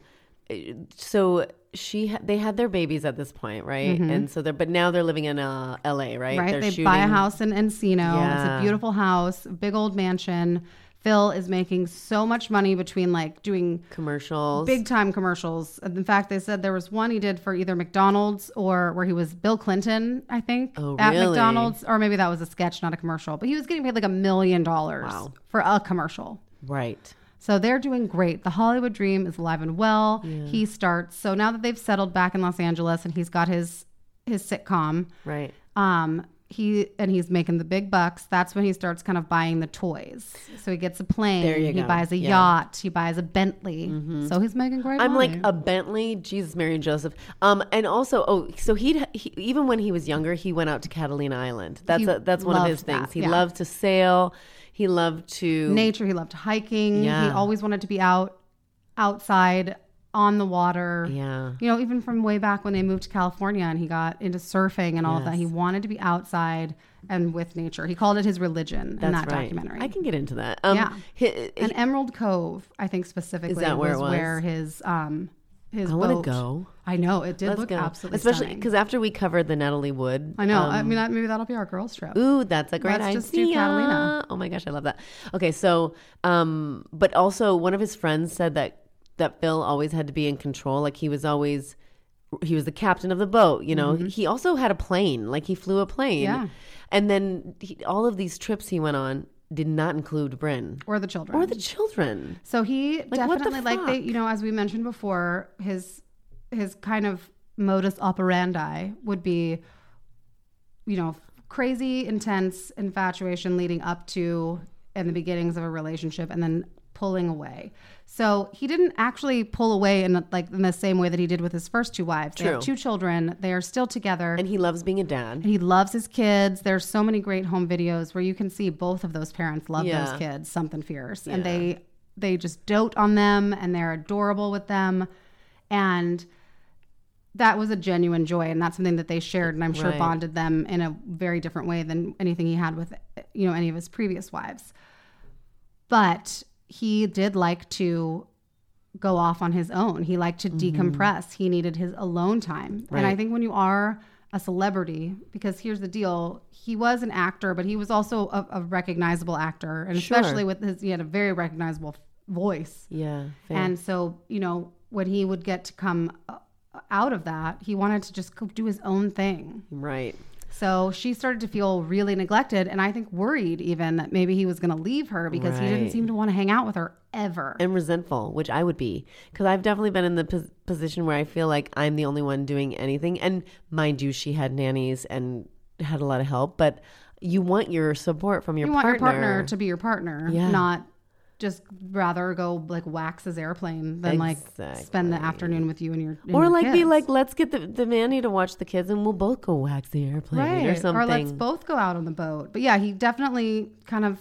B: so she ha- they had their babies at this point, right? And so they're but now they're living in uh, L.A., right?
C: Mm-hmm. right?
B: They're
C: they buy a
B: shooting-
C: house in Encino. It's
B: Yeah.
C: a beautiful house, big old mansion. Phil is making so much money between like doing
B: commercials.
C: big time commercials. And In fact, they said there was one he did for either McDonald's or where he was Bill Clinton, I think,
B: Oh,
C: at
B: really?
C: McDonald's, or maybe that was a sketch, not a commercial. But he was getting paid like a million dollars
B: Wow.
C: for a commercial.
B: right.
C: So they're doing great. The Hollywood dream is alive and well. He starts. So now that they've settled back in Los Angeles and he's got his his sitcom,
B: Right.
C: um, he and he's making the big bucks. That's when he starts kind of buying the toys. So he gets a plane.
B: There you
C: he
B: go.
C: buys a
B: Yeah. Mm-hmm.
C: yacht. He buys a Bentley. So he's making great.
B: I'm like
C: money.
B: a Bentley, Jesus, Mary, and Joseph. Um, and also, oh, so he'd, he even when he was younger, he went out to Catalina Island. That's
C: He
B: a, that's one of
C: loved
B: his things.
C: that,
B: He
C: yeah.
B: loved to sail. He loved to
C: nature. He loved hiking. He
B: Yeah.
C: always wanted to be out, outside, on the water.
B: Yeah.
C: You know, even from way back when they moved to California and he got into surfing and all of that, he wanted to be outside and with nature. He called it his religion in that
B: That's right.
C: documentary.
B: I can get into that. Um,
C: Yeah.
B: he-
C: and Emerald Cove, I think specifically,
B: that where it was?
C: where his um his
B: I wanna
C: boat-
B: go.
C: I know it did
B: let's
C: look
B: go.
C: absolutely
B: Especially
C: stunning.
B: because after we covered the Natalie Wood
C: I know. I mean, that, maybe that'll be our girls trip.
B: Ooh, that's a great
C: Let's
B: idea.
C: just do Catalina.
B: Oh my gosh, I love that. Okay, so um but also one of his friends said that that Phil always had to be in control, like he was always he was the captain of the boat, you know. He also had a plane, like he flew a plane.
C: Mm-hmm. Yeah.
B: And then he, all of these trips he went on did not include Bryn
C: Or the children.
B: or the children.
C: So he
B: what the
C: definitely like they
B: fuck?
C: you know as we mentioned before his his kind of modus operandi would be you know crazy intense infatuation leading up to and the beginnings of a relationship and then pulling away. So he didn't actually pull away in like in the same way that he did with his first two wives. They have
B: True.
C: two children. They are still together.
B: And he loves being a dad.
C: And he loves his kids. There's so many great home videos where you can see both of those parents love
B: Yeah.
C: those kids something fierce, and they they just dote on them and they're adorable with them, and that was a genuine joy, and that's something that they shared, and I'm sure
B: Right.
C: bonded them in a very different way than anything he had with you know any of his previous wives. But he did like to go off on his own. He liked to decompress. He needed his alone time. And I
B: Mm-hmm. Right.
C: think when you are a celebrity, because here's the deal, he was an actor, but he was also a, a recognizable actor, and
B: Sure.
C: especially with his, he had a very recognizable voice.
B: Yeah. fair.
C: And so, you know, when he would get to come uh, out of that, he wanted to just go do his own thing.
B: right.
C: So she started to feel really neglected and I think worried even that maybe he was going to leave her because he didn't
B: Right.
C: seem to want to hang out with her ever.
B: and resentful, which I would be, because I've definitely been in the pos- position where I feel like I'm the only one doing anything. And mind you, she had nannies and had a lot of help, but you want your support from your
C: you want
B: partner.
C: your partner to be your partner,
B: Yeah.
C: not just rather go like wax his airplane than like spend the afternoon with you and your and
B: or
C: your
B: like be
C: kids.
B: like, let's get the, the nanny to watch the kids and we'll both go wax the airplane or something.
C: let's both go out on the boat. But yeah, he definitely kind of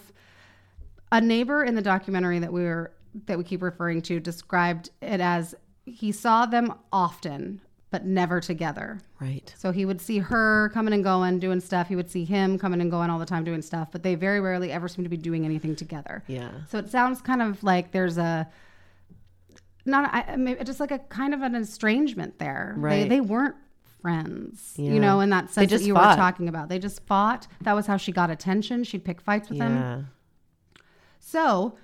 C: a neighbor in the documentary that we were that we keep referring to described it as he saw them often but never together.
B: Right.
C: So he would see her coming and going, doing stuff. He would see him coming and going all the time doing stuff, but they very rarely ever seem to be doing anything together.
B: Yeah.
C: So it sounds kind of like there's a not I, I mean, just like a kind of an estrangement there.
B: Right.
C: They, they weren't friends,
B: Yeah.
C: you know, in that sense
B: just
C: that you
B: fought.
C: were talking about. They just fought. That was how she got attention. She'd pick fights with them.
B: Yeah.
C: So,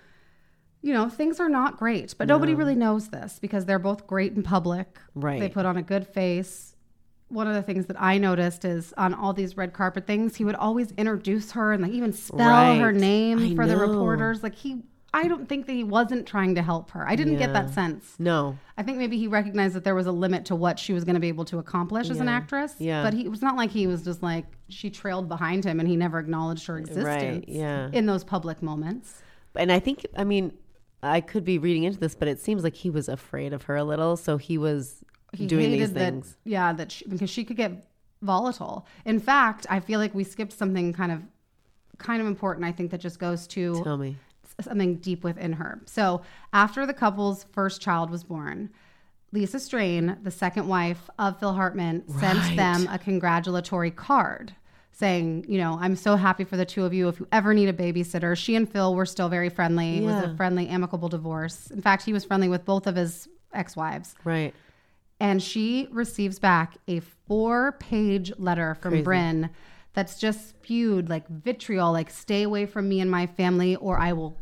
C: you know, things are not great, but nobody really knows this because they're both great in public.
B: Right.
C: They put on a good face. One of the things that I noticed is on all these red carpet things, he would always introduce her and like even spell her
B: Right.
C: name
B: I
C: for the
B: know.
C: reporters. Like he, I don't think that he wasn't trying to help her. I didn't get that sense.
B: No.
C: I think maybe he recognized that there was a limit to what she was going to be able to accomplish as an actress.
B: Yeah.
C: But he, it was not like he was just like she trailed behind him and he never acknowledged her existence.
B: yeah.
C: In those public moments.
B: And I think, I mean, I could be reading into this, but it seems like he was afraid of her a little. So he was
C: he
B: doing
C: hated
B: these things.
C: That, yeah, that she, because she could get volatile. In fact, I feel like we skipped something kind of kind of important. I think that just goes to
B: Tell me.
C: something deep within her. So after the couple's first child was born. Lisa Strain, the second wife of Phil Hartman, sent them a congratulatory card saying, you know, I'm so happy for the two of you. If you ever need a babysitter, she and Phil were still very friendly. It was a friendly, amicable divorce. In fact, he was friendly with both of his ex-wives
B: Right.
C: and she receives back a four page letter from Bryn that's just spewed like vitriol, like stay away from me and my family, or I will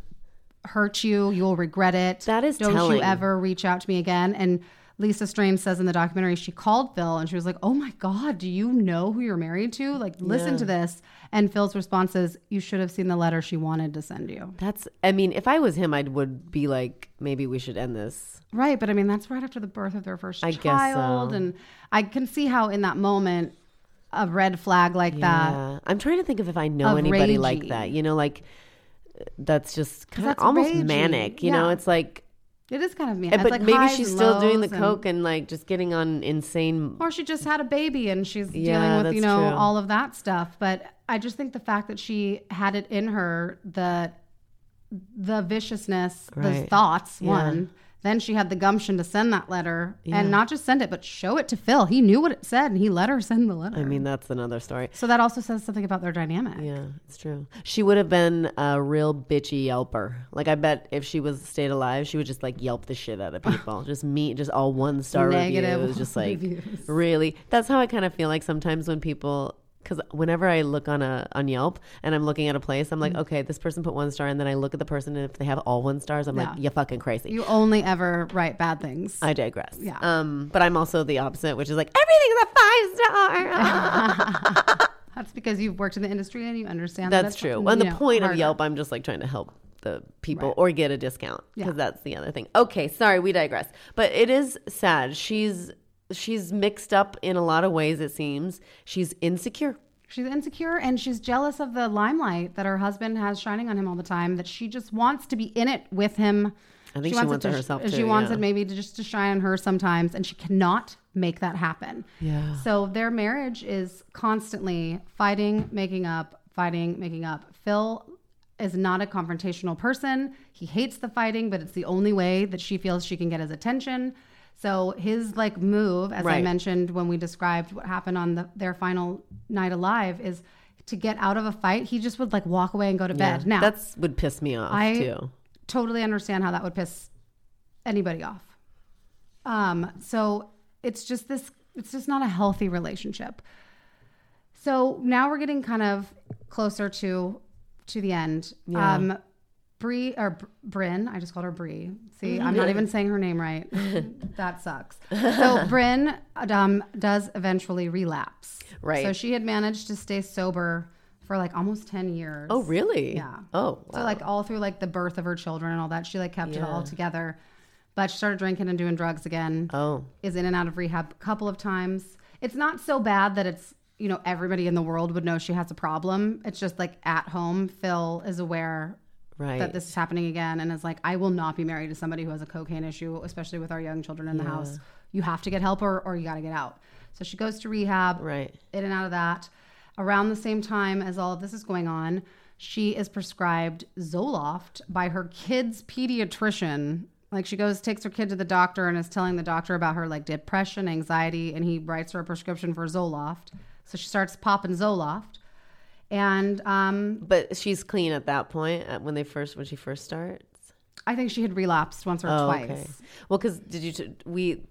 C: hurt you. You'll regret it.
B: That is
C: Don't
B: telling.
C: you ever reach out to me again. And Lisa Strain says in the documentary, she called Phil and she was like, Oh my God, do you know who you're married to? Like, listen to this. And Phil's response is, You should have seen the letter she wanted to send you.
B: That's, I mean, if I was him, I would be like, maybe we should end this.
C: Right, but I mean that's right after the birth of their first
B: I guess
C: child,
B: so.
C: and I can see how in that moment a red flag like that.
B: Yeah. Uh, I'm trying to think of if I know
C: Uh, Of
B: anybody like
C: ragey.
B: that. You know, like, uh, that's just kind of
C: that's
B: almost
C: ragey.
B: manic. You know,
C: Yeah.
B: it's like,
C: It is kind of mean.
B: And-
C: It's
B: but
C: like
B: maybe
C: highs
B: she's
C: and
B: still doing the
C: lows and-
B: coke and like just getting on insane.
C: or she just had a baby and she's
B: Yeah,
C: dealing with you
B: that's
C: know
B: true.
C: all of that stuff. But I just think the fact that she had it in her the the viciousness, the
B: Right.
C: thoughts. One, then she had the gumption to send that letter and not just send it, but show it to Phil. He knew what it said, and he let her send the letter.
B: I mean, that's another story.
C: so that also says something about their dynamic.
B: Yeah, it's true. She would have been a real bitchy yelper. Like I bet if she was stayed alive, she would just like yelp the shit out of people. just me, just all one star
C: Negative
B: reviews. Just like
C: reviews.
B: really, that's how I kind of feel like sometimes when people. Because whenever I look on a on Yelp and I'm looking at a place, I'm
C: Mm-hmm.
B: like, okay, this person put one star, and then I look at the person, and if they have all one stars, I'm like, you're fucking crazy.
C: You only ever write bad things.
B: I digress.
C: Yeah.
B: Um, but I'm also the opposite, which is like everything's a five star.
C: That's because you've worked in the industry and you understand. that
B: That's
C: it's,
B: true.
C: you
B: On the
C: know,
B: point
C: harder.
B: of Yelp, I'm just like trying to help the people or get a discount because
C: Yeah.
B: that's the other thing. Okay, sorry, we digress. But it is sad. She's she's mixed up in a lot of ways. It seems she's insecure.
C: she's insecure and she's jealous of the limelight that her husband has shining on him all the time. That she just wants to be in it with him.
B: I think she wants it herself,
C: She
B: too,
C: wants
B: yeah.
C: it maybe to just to shine on her sometimes, and she cannot make that happen. Yeah. So their marriage is constantly fighting, making up, fighting, making up. Phil is not a confrontational person. He hates the fighting, but it's the only way that she feels she can get his attention. So his like move, as I
B: Right.
C: mentioned when we described what happened on the, their final night alive, is to get out of a fight. He just would like walk away and go to bed. Now
B: That's would piss me off
C: I-
B: too.
C: totally understand how that would piss anybody off. Um, so it's just this, it's just not a healthy relationship. So now we're getting kind of closer to to the end. Um, Bree or Br- Bryn, I just called her Bree. See,
B: Mm-hmm.
C: I'm not even saying her name right. that sucks. So Bryn um, does eventually relapse.
B: Right.
C: So she had managed to stay sober for like almost ten years.
B: Oh really?
C: Yeah.
B: Oh wow.
C: So like all through like the birth of her children and all that, she like kept it all together. But she started drinking and doing drugs again.
B: oh
C: Is in and out of rehab a couple of times. It's not so bad that it's you know everybody in the world would know she has a problem. It's just like at home, Phil is aware
B: Right.
C: that this is happening again and is like, I will not be married to somebody who has a cocaine issue, especially with our young children in the house. You have to get help or, or you got to get out. So she goes to rehab,
B: Right.
C: in and out of that. Around the same time as all of this is going on, she is prescribed Zoloft by her kid's pediatrician. Like she goes, takes her kid to the doctor and is telling the doctor about her like depression, anxiety, and he writes her a prescription for Zoloft. So she starts popping Zoloft. And um,
B: But she's clean at that point uh, when they first when she first starts.
C: I think she had relapsed once or
B: Oh,
C: twice.
B: Well, because did you t- we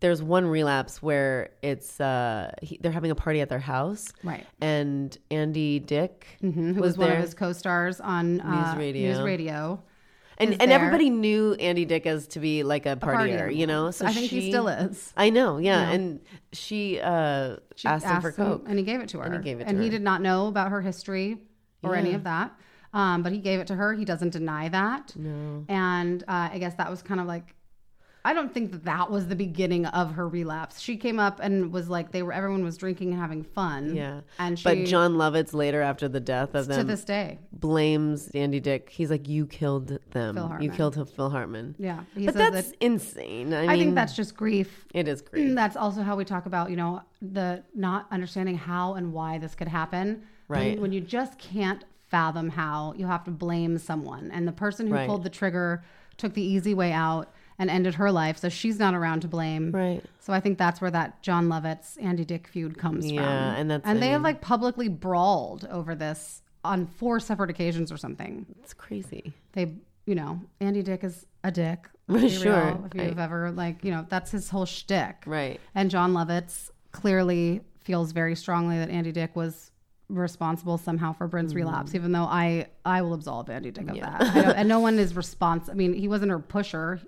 B: there's one relapse where it's uh he, they're having a party at their house,
C: Right. Mm-hmm.
B: And Andy Dick
C: Who was, one of his co-stars on uh, News
B: Radio.
C: Radio?
B: and
C: is
B: and
C: there.
B: everybody knew Andy Dick as to be like a partier,
C: partier.
B: you know. So
C: I think he
B: she-
C: still is.
B: I know, yeah. And she uh
C: She
B: asked, him for coke.
C: and he gave it to her.
B: he gave it to
C: and he
B: her.
C: did not know about her history or any of that. Um, but he gave it to her. He doesn't deny that. No. And uh, I guess that was kind of like. I don't think that that was the beginning of her relapse. She came up and was like, they were everyone was drinking and having fun.
B: yeah,
C: and she,
B: but John Lovitz later after the death of
C: to
B: them
C: this day,
B: blames Andy Dick. He's like, "You killed them. you
C: Hartman.
B: killed Phil Hartman."
C: yeah, he
B: but
C: says
B: that's
C: that-
B: insane. I,
C: I
B: mean,
C: think that's Mm, just grief
B: it is great.
C: that's also how we talk about you know the not understanding how and why this could happen
B: Right.
C: when, when you just can't fathom how you have to blame someone and the person who
B: Right.
C: pulled the trigger took the easy way out and ended her life so she's not around to blame
B: Right.
C: so i think that's where that john lovitz andy dick feud comes from
B: Yeah, and that's-
C: and
B: I
C: they have
B: mean-
C: like publicly brawled over this on four separate occasions or something
B: It's crazy.
C: they you know andy dick is a dick Let's be real.
B: Sure.
C: if you've ever like you know that's his whole shtick
B: Right.
C: and John Lovitz clearly feels very strongly that Andy Dick was responsible somehow for Bryn's
B: Mm-hmm.
C: relapse, even though I I will absolve Andy Dick of that. I don't, and no one is responsible. I mean, he wasn't her pusher.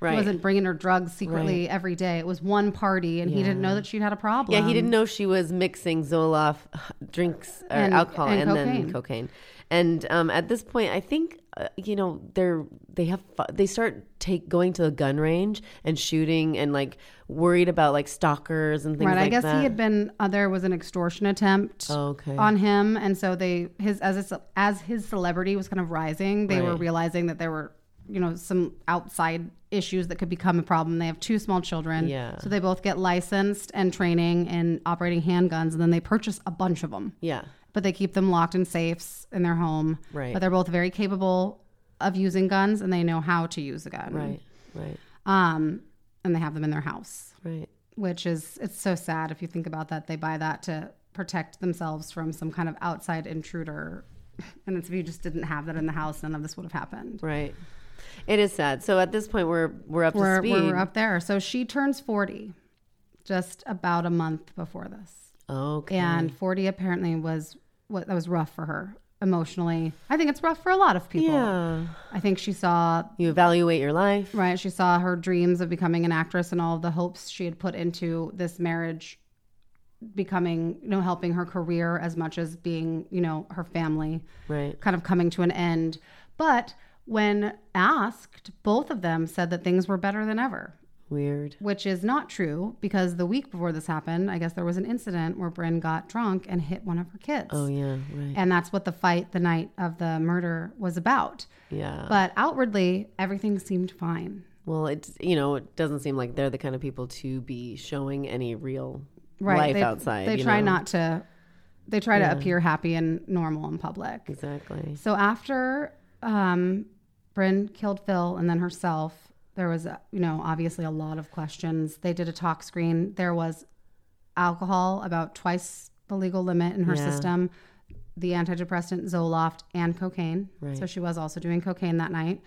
B: Right.
C: He wasn't bringing her drugs secretly every day. It was one party, and he didn't know that she'd had a problem.
B: Yeah, he didn't know she was mixing Zoloft drinks or
C: And-
B: alcohol and,
C: and
B: then
C: cocaine.
B: cocaine. And um, at this point, I think uh, you know they're they have fu- they start take going to the gun range and shooting and like worried about like stalkers and things
C: Right,
B: like
C: I guess
B: that.
C: he had been. Uh, there was an extortion attempt
B: Okay.
C: on him, and so they his as his, as his celebrity was kind of rising, they were
B: Right.
C: realizing that there were you know some outside issues that could become a problem. They have two small children,
B: Yeah.
C: So they both get licensed and training in operating handguns, and then they purchase a bunch of them.
B: yeah,
C: But they keep them locked in safes in their home.
B: Right.
C: But they're both very capable of using guns, and they know how to use a gun.
B: right, right,
C: Um, and they have them in their house
B: right.
C: which is it's so sad if you think about that they buy that to protect themselves from some kind of outside intruder and it's if you just didn't have that in the house none of this would have happened
B: Right. It is sad. So at this point, we're we're up to
C: we're,
B: speed.
C: we're up there so she turns 40 just about a month before this
B: Okay.
C: and 40 apparently was what that was rough for her emotionally i think it's rough for a lot of people
B: Yeah.
C: i think she saw
B: You evaluate your life.
C: Right. She saw her dreams of becoming an actress and all of the hopes she had put into this marriage becoming, you know, helping her career as much as being, you know, her family
B: Right.
C: kind of coming to an end. But when asked, both of them said that things were better than ever,
B: Weird.
C: which is not true because the week before this happened, I guess there was an incident where Bryn got drunk and hit one of her kids.
B: Oh yeah. Right.
C: And that's what the fight the night of the murder was about.
B: Yeah.
C: But outwardly, everything seemed fine.
B: Well, it's you know it doesn't seem like they're the kind of people to be showing any real life
C: they,
B: outside.
C: They
B: you
C: try
B: know?
C: not to. They try to appear happy and normal in public.
B: exactly.
C: So after um, Bryn killed Phil and then herself, there was uh, you know obviously a lot of questions. They did a talk screen. There was alcohol about twice the legal limit in her
B: Yeah.
C: system, the antidepressant Zoloft and cocaine. So she was also doing cocaine that night,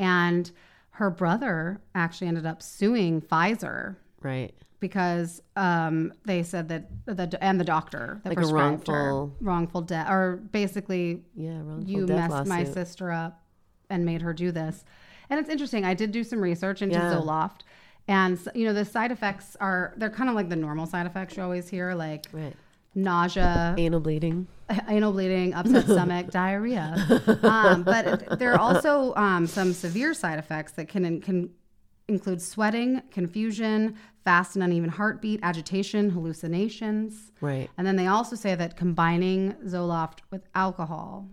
C: and her brother actually ended up suing Pfizer
B: Right.
C: because um, they said that the and the doctor that
B: Like a
C: prescribed
B: wrongful-
C: her wrongful death or basically
B: Yeah. Wrongful
C: you
B: death
C: messed
B: lawsuit.
C: my sister up and made her do this and it's interesting i did do some research into
B: Yeah.
C: zoloft and s- you know the side effects are they're kind of like the normal side effects you always hear like
B: Right.
C: nausea
B: Anal bleeding.
C: anal bleeding, upset stomach, diarrhea. Um, but there are also um, some severe side effects that can can include sweating, confusion, fast and uneven heartbeat, agitation, hallucinations.
B: Right.
C: And then they also say that combining Zoloft with alcohol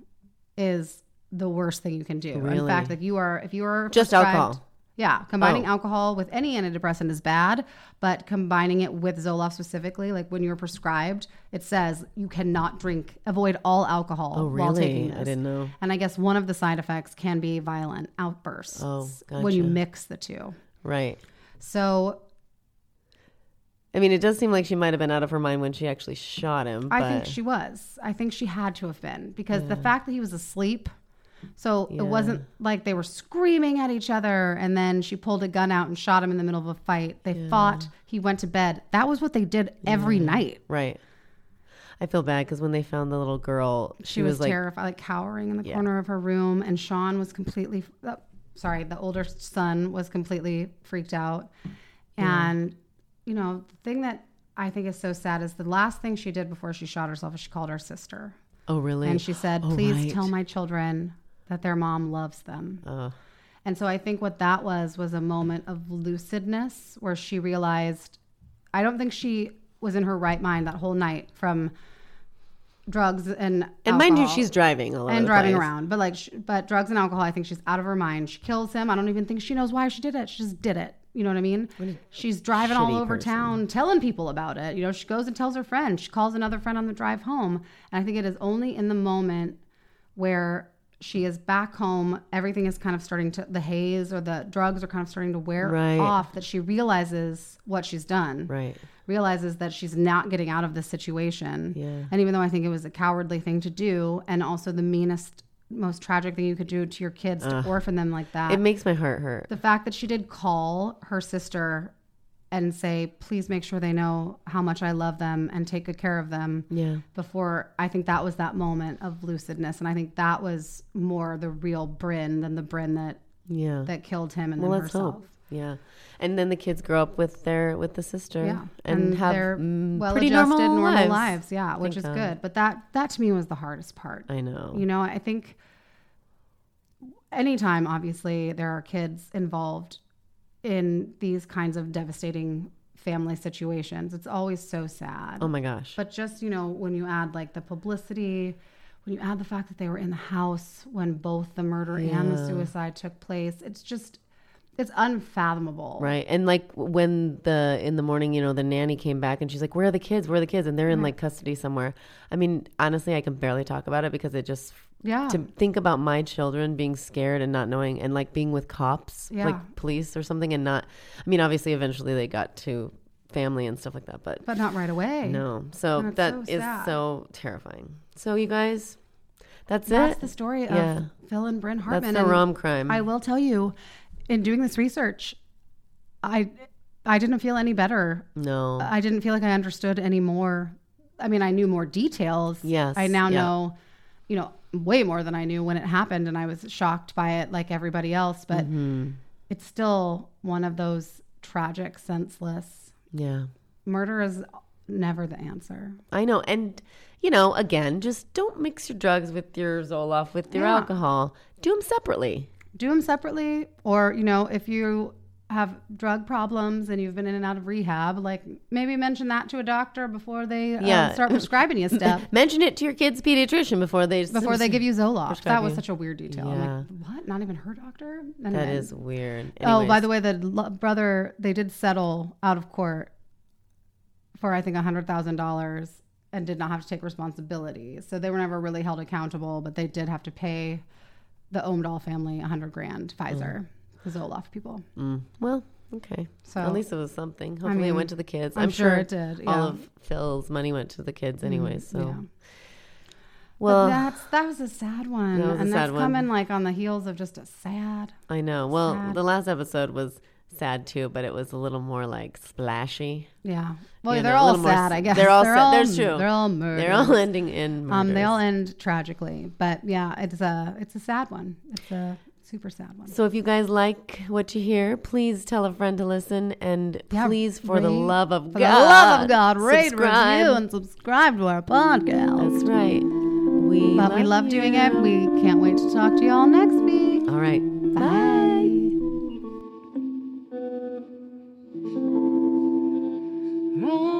C: is the worst thing you can do. In
B: Really?
C: fact, like you are, if you are
B: Just
C: prescribed-
B: alcohol.
C: Yeah, combining
B: Oh.
C: alcohol with any antidepressant is bad, but combining it with Zoloft specifically, like when you're prescribed, it says you cannot drink, avoid all alcohol
B: Oh,
C: while taking
B: really?
C: this.
B: I didn't know.
C: And I guess one of the side effects can be violent outbursts
B: Oh,
C: when you
B: gotcha.
C: mix the two.
B: Right.
C: So
B: I mean, it does seem like she might have been out of her mind when she actually shot him.
C: I
B: but
C: think she was. I think she had to have been because the fact that he was asleep. So it wasn't like they were screaming at each other and then she pulled a gun out and shot him in the middle of a fight. They fought. He went to bed. That was what they did every night.
B: Right. I feel bad because when they found the little girl, she,
C: She,
B: was,
C: was,
B: like,
C: terrified, like cowering in the corner of her room. And Sean was completely, oh, sorry, the older son was completely freaked out. And, you know, the thing that I think is so sad is the last thing she did before she shot herself is she called her sister.
B: "Oh, really?"
C: And she said,
B: Oh,
C: please
B: right.
C: tell my children that their mom loves them.
B: Ugh.
C: And so I think what that was was a moment of lucidness where she realized I don't think she was in her right mind that whole night from drugs and
B: And mind you,
C: alcohol
B: she's driving all over
C: and
B: the
C: driving
B: place.
C: around, but like, sh but drugs and alcohol, I think she's out of her mind. She kills him. I don't even think she knows why she did it. She just did it. You know what I mean? She's driving all
B: shitty
C: over
B: person.
C: town, telling people about it. You know, she goes and tells her friend. She calls another friend on the drive home. And I think it is only in the moment where she is back home, everything is kind of starting to the haze or the drugs are kind of starting to wear
B: Right.
C: off that she realizes what she's done
B: Right.
C: realizes that she's not getting out of this situation.
B: Yeah.
C: And even though I think it was a cowardly thing to do, and also the meanest, most tragic thing you could do to your kids to orphan them like that,
B: It makes my heart hurt.
C: the fact that she did call her sister and say, please make sure they know how much I love them and take good care of them.
B: yeah.
C: Before I think that was that moment of lucidness, and I think that was more the real Bryn than the Bryn that
B: Yeah.
C: that killed him and
B: well,
C: then
B: let's
C: herself.
B: hope. Yeah. And then the kids grow up with their with the sister.
C: yeah,
B: And, have mm, pretty
C: well-adjusted,
B: normal, lives.
C: Yeah, which is
B: Thank God.
C: good. But that that to me was the hardest part.
B: I know.
C: You know, I think anytime, obviously, there are kids involved in these kinds of devastating family situations, it's always so sad.
B: oh my gosh.
C: But just, you know, when you add like the publicity, when you add the fact that they were in the house when both the murder and the suicide took place, it's just, it's unfathomable.
B: Right. And like when the in the morning, you know, the nanny came back and she's like, Where are the kids? Where are the kids? And they're in like custody somewhere. I mean, honestly, I can barely talk about it because it just
C: Yeah.
B: to think about my children being scared and not knowing and like being with cops,
C: Yeah.
B: like police or something and not I mean, obviously eventually they got to family and stuff like that, but,
C: But not right away.
B: no. So
C: And it's
B: that
C: so
B: is
C: sad.
B: so terrifying. So you guys, that's,
C: That's
B: it.
C: the story of
B: Yeah.
C: Phil and Bryn
B: That's
C: Hartman.
B: the
C: and
B: rom crime.
C: I will tell you, in doing this research, I I didn't feel any better.
B: no.
C: I didn't feel like I understood any more. I mean, I knew more details.
B: Yes,
C: I now
B: yeah.
C: know, you know, way more than I knew when it happened, and I was shocked by it, like everybody else. But
B: Mm-hmm.
C: it's still one of those tragic, senseless
B: yeah.
C: murder is never the answer.
B: I know. And, you know, again, just don't mix your drugs with your Zoloft, with your
C: Yeah.
B: alcohol. Do them separately.
C: do them separately or you know if you have drug problems and you've been in and out of rehab like maybe mention that to a doctor before they uh,
B: Yeah.
C: start prescribing you stuff
B: Mention it to your kid's pediatrician before they
C: before they give you zoloft that was
B: you.
C: such a weird detail i'm like what not even her doctor and
B: That is weird.
C: oh by the way the lo- brother they did settle out of court for i think $100000 and did not have to take responsibility so they were never really held accountable but they did have to pay the Omdahl family 100 grand
B: Mm.
C: pfizer the zoloft people
B: well, okay.
C: So-
B: So at least it was something. Hopefully, it
C: mean,
B: went to the kids.
C: I'm
B: I'm,
C: sure it did, yeah. Mm,
B: All of Phil's money went to the kids, anyways. So,
C: yeah.
B: well,
C: that's that was a sad one,
B: That was a
C: and that's
B: sad one.
C: coming like on the heels of just a sad.
B: I know. Well, the last episode was sad too, but it was a little more like splashy.
C: Yeah. Well,
B: You
C: they're
B: know, a
C: all
B: little more
C: sad,
B: s-
C: I guess.
B: They're all sad. There's true.
C: They're all murdered.
B: They're all ending in murders.
C: um, they all end tragically, but yeah, it's a it's a sad one. It's a super sad one.
B: So if you guys like what you hear, please tell a friend to listen, and
C: Yeah,
B: please, for the
C: rate-
B: love of
C: For
B: God,
C: the love of God, rate,
B: subscribe.
C: review, and subscribe to our podcast.
B: That's right. We
C: But we love doing it. We can't wait to talk to y'all next week.
B: All right.
C: Bye.
A: Run,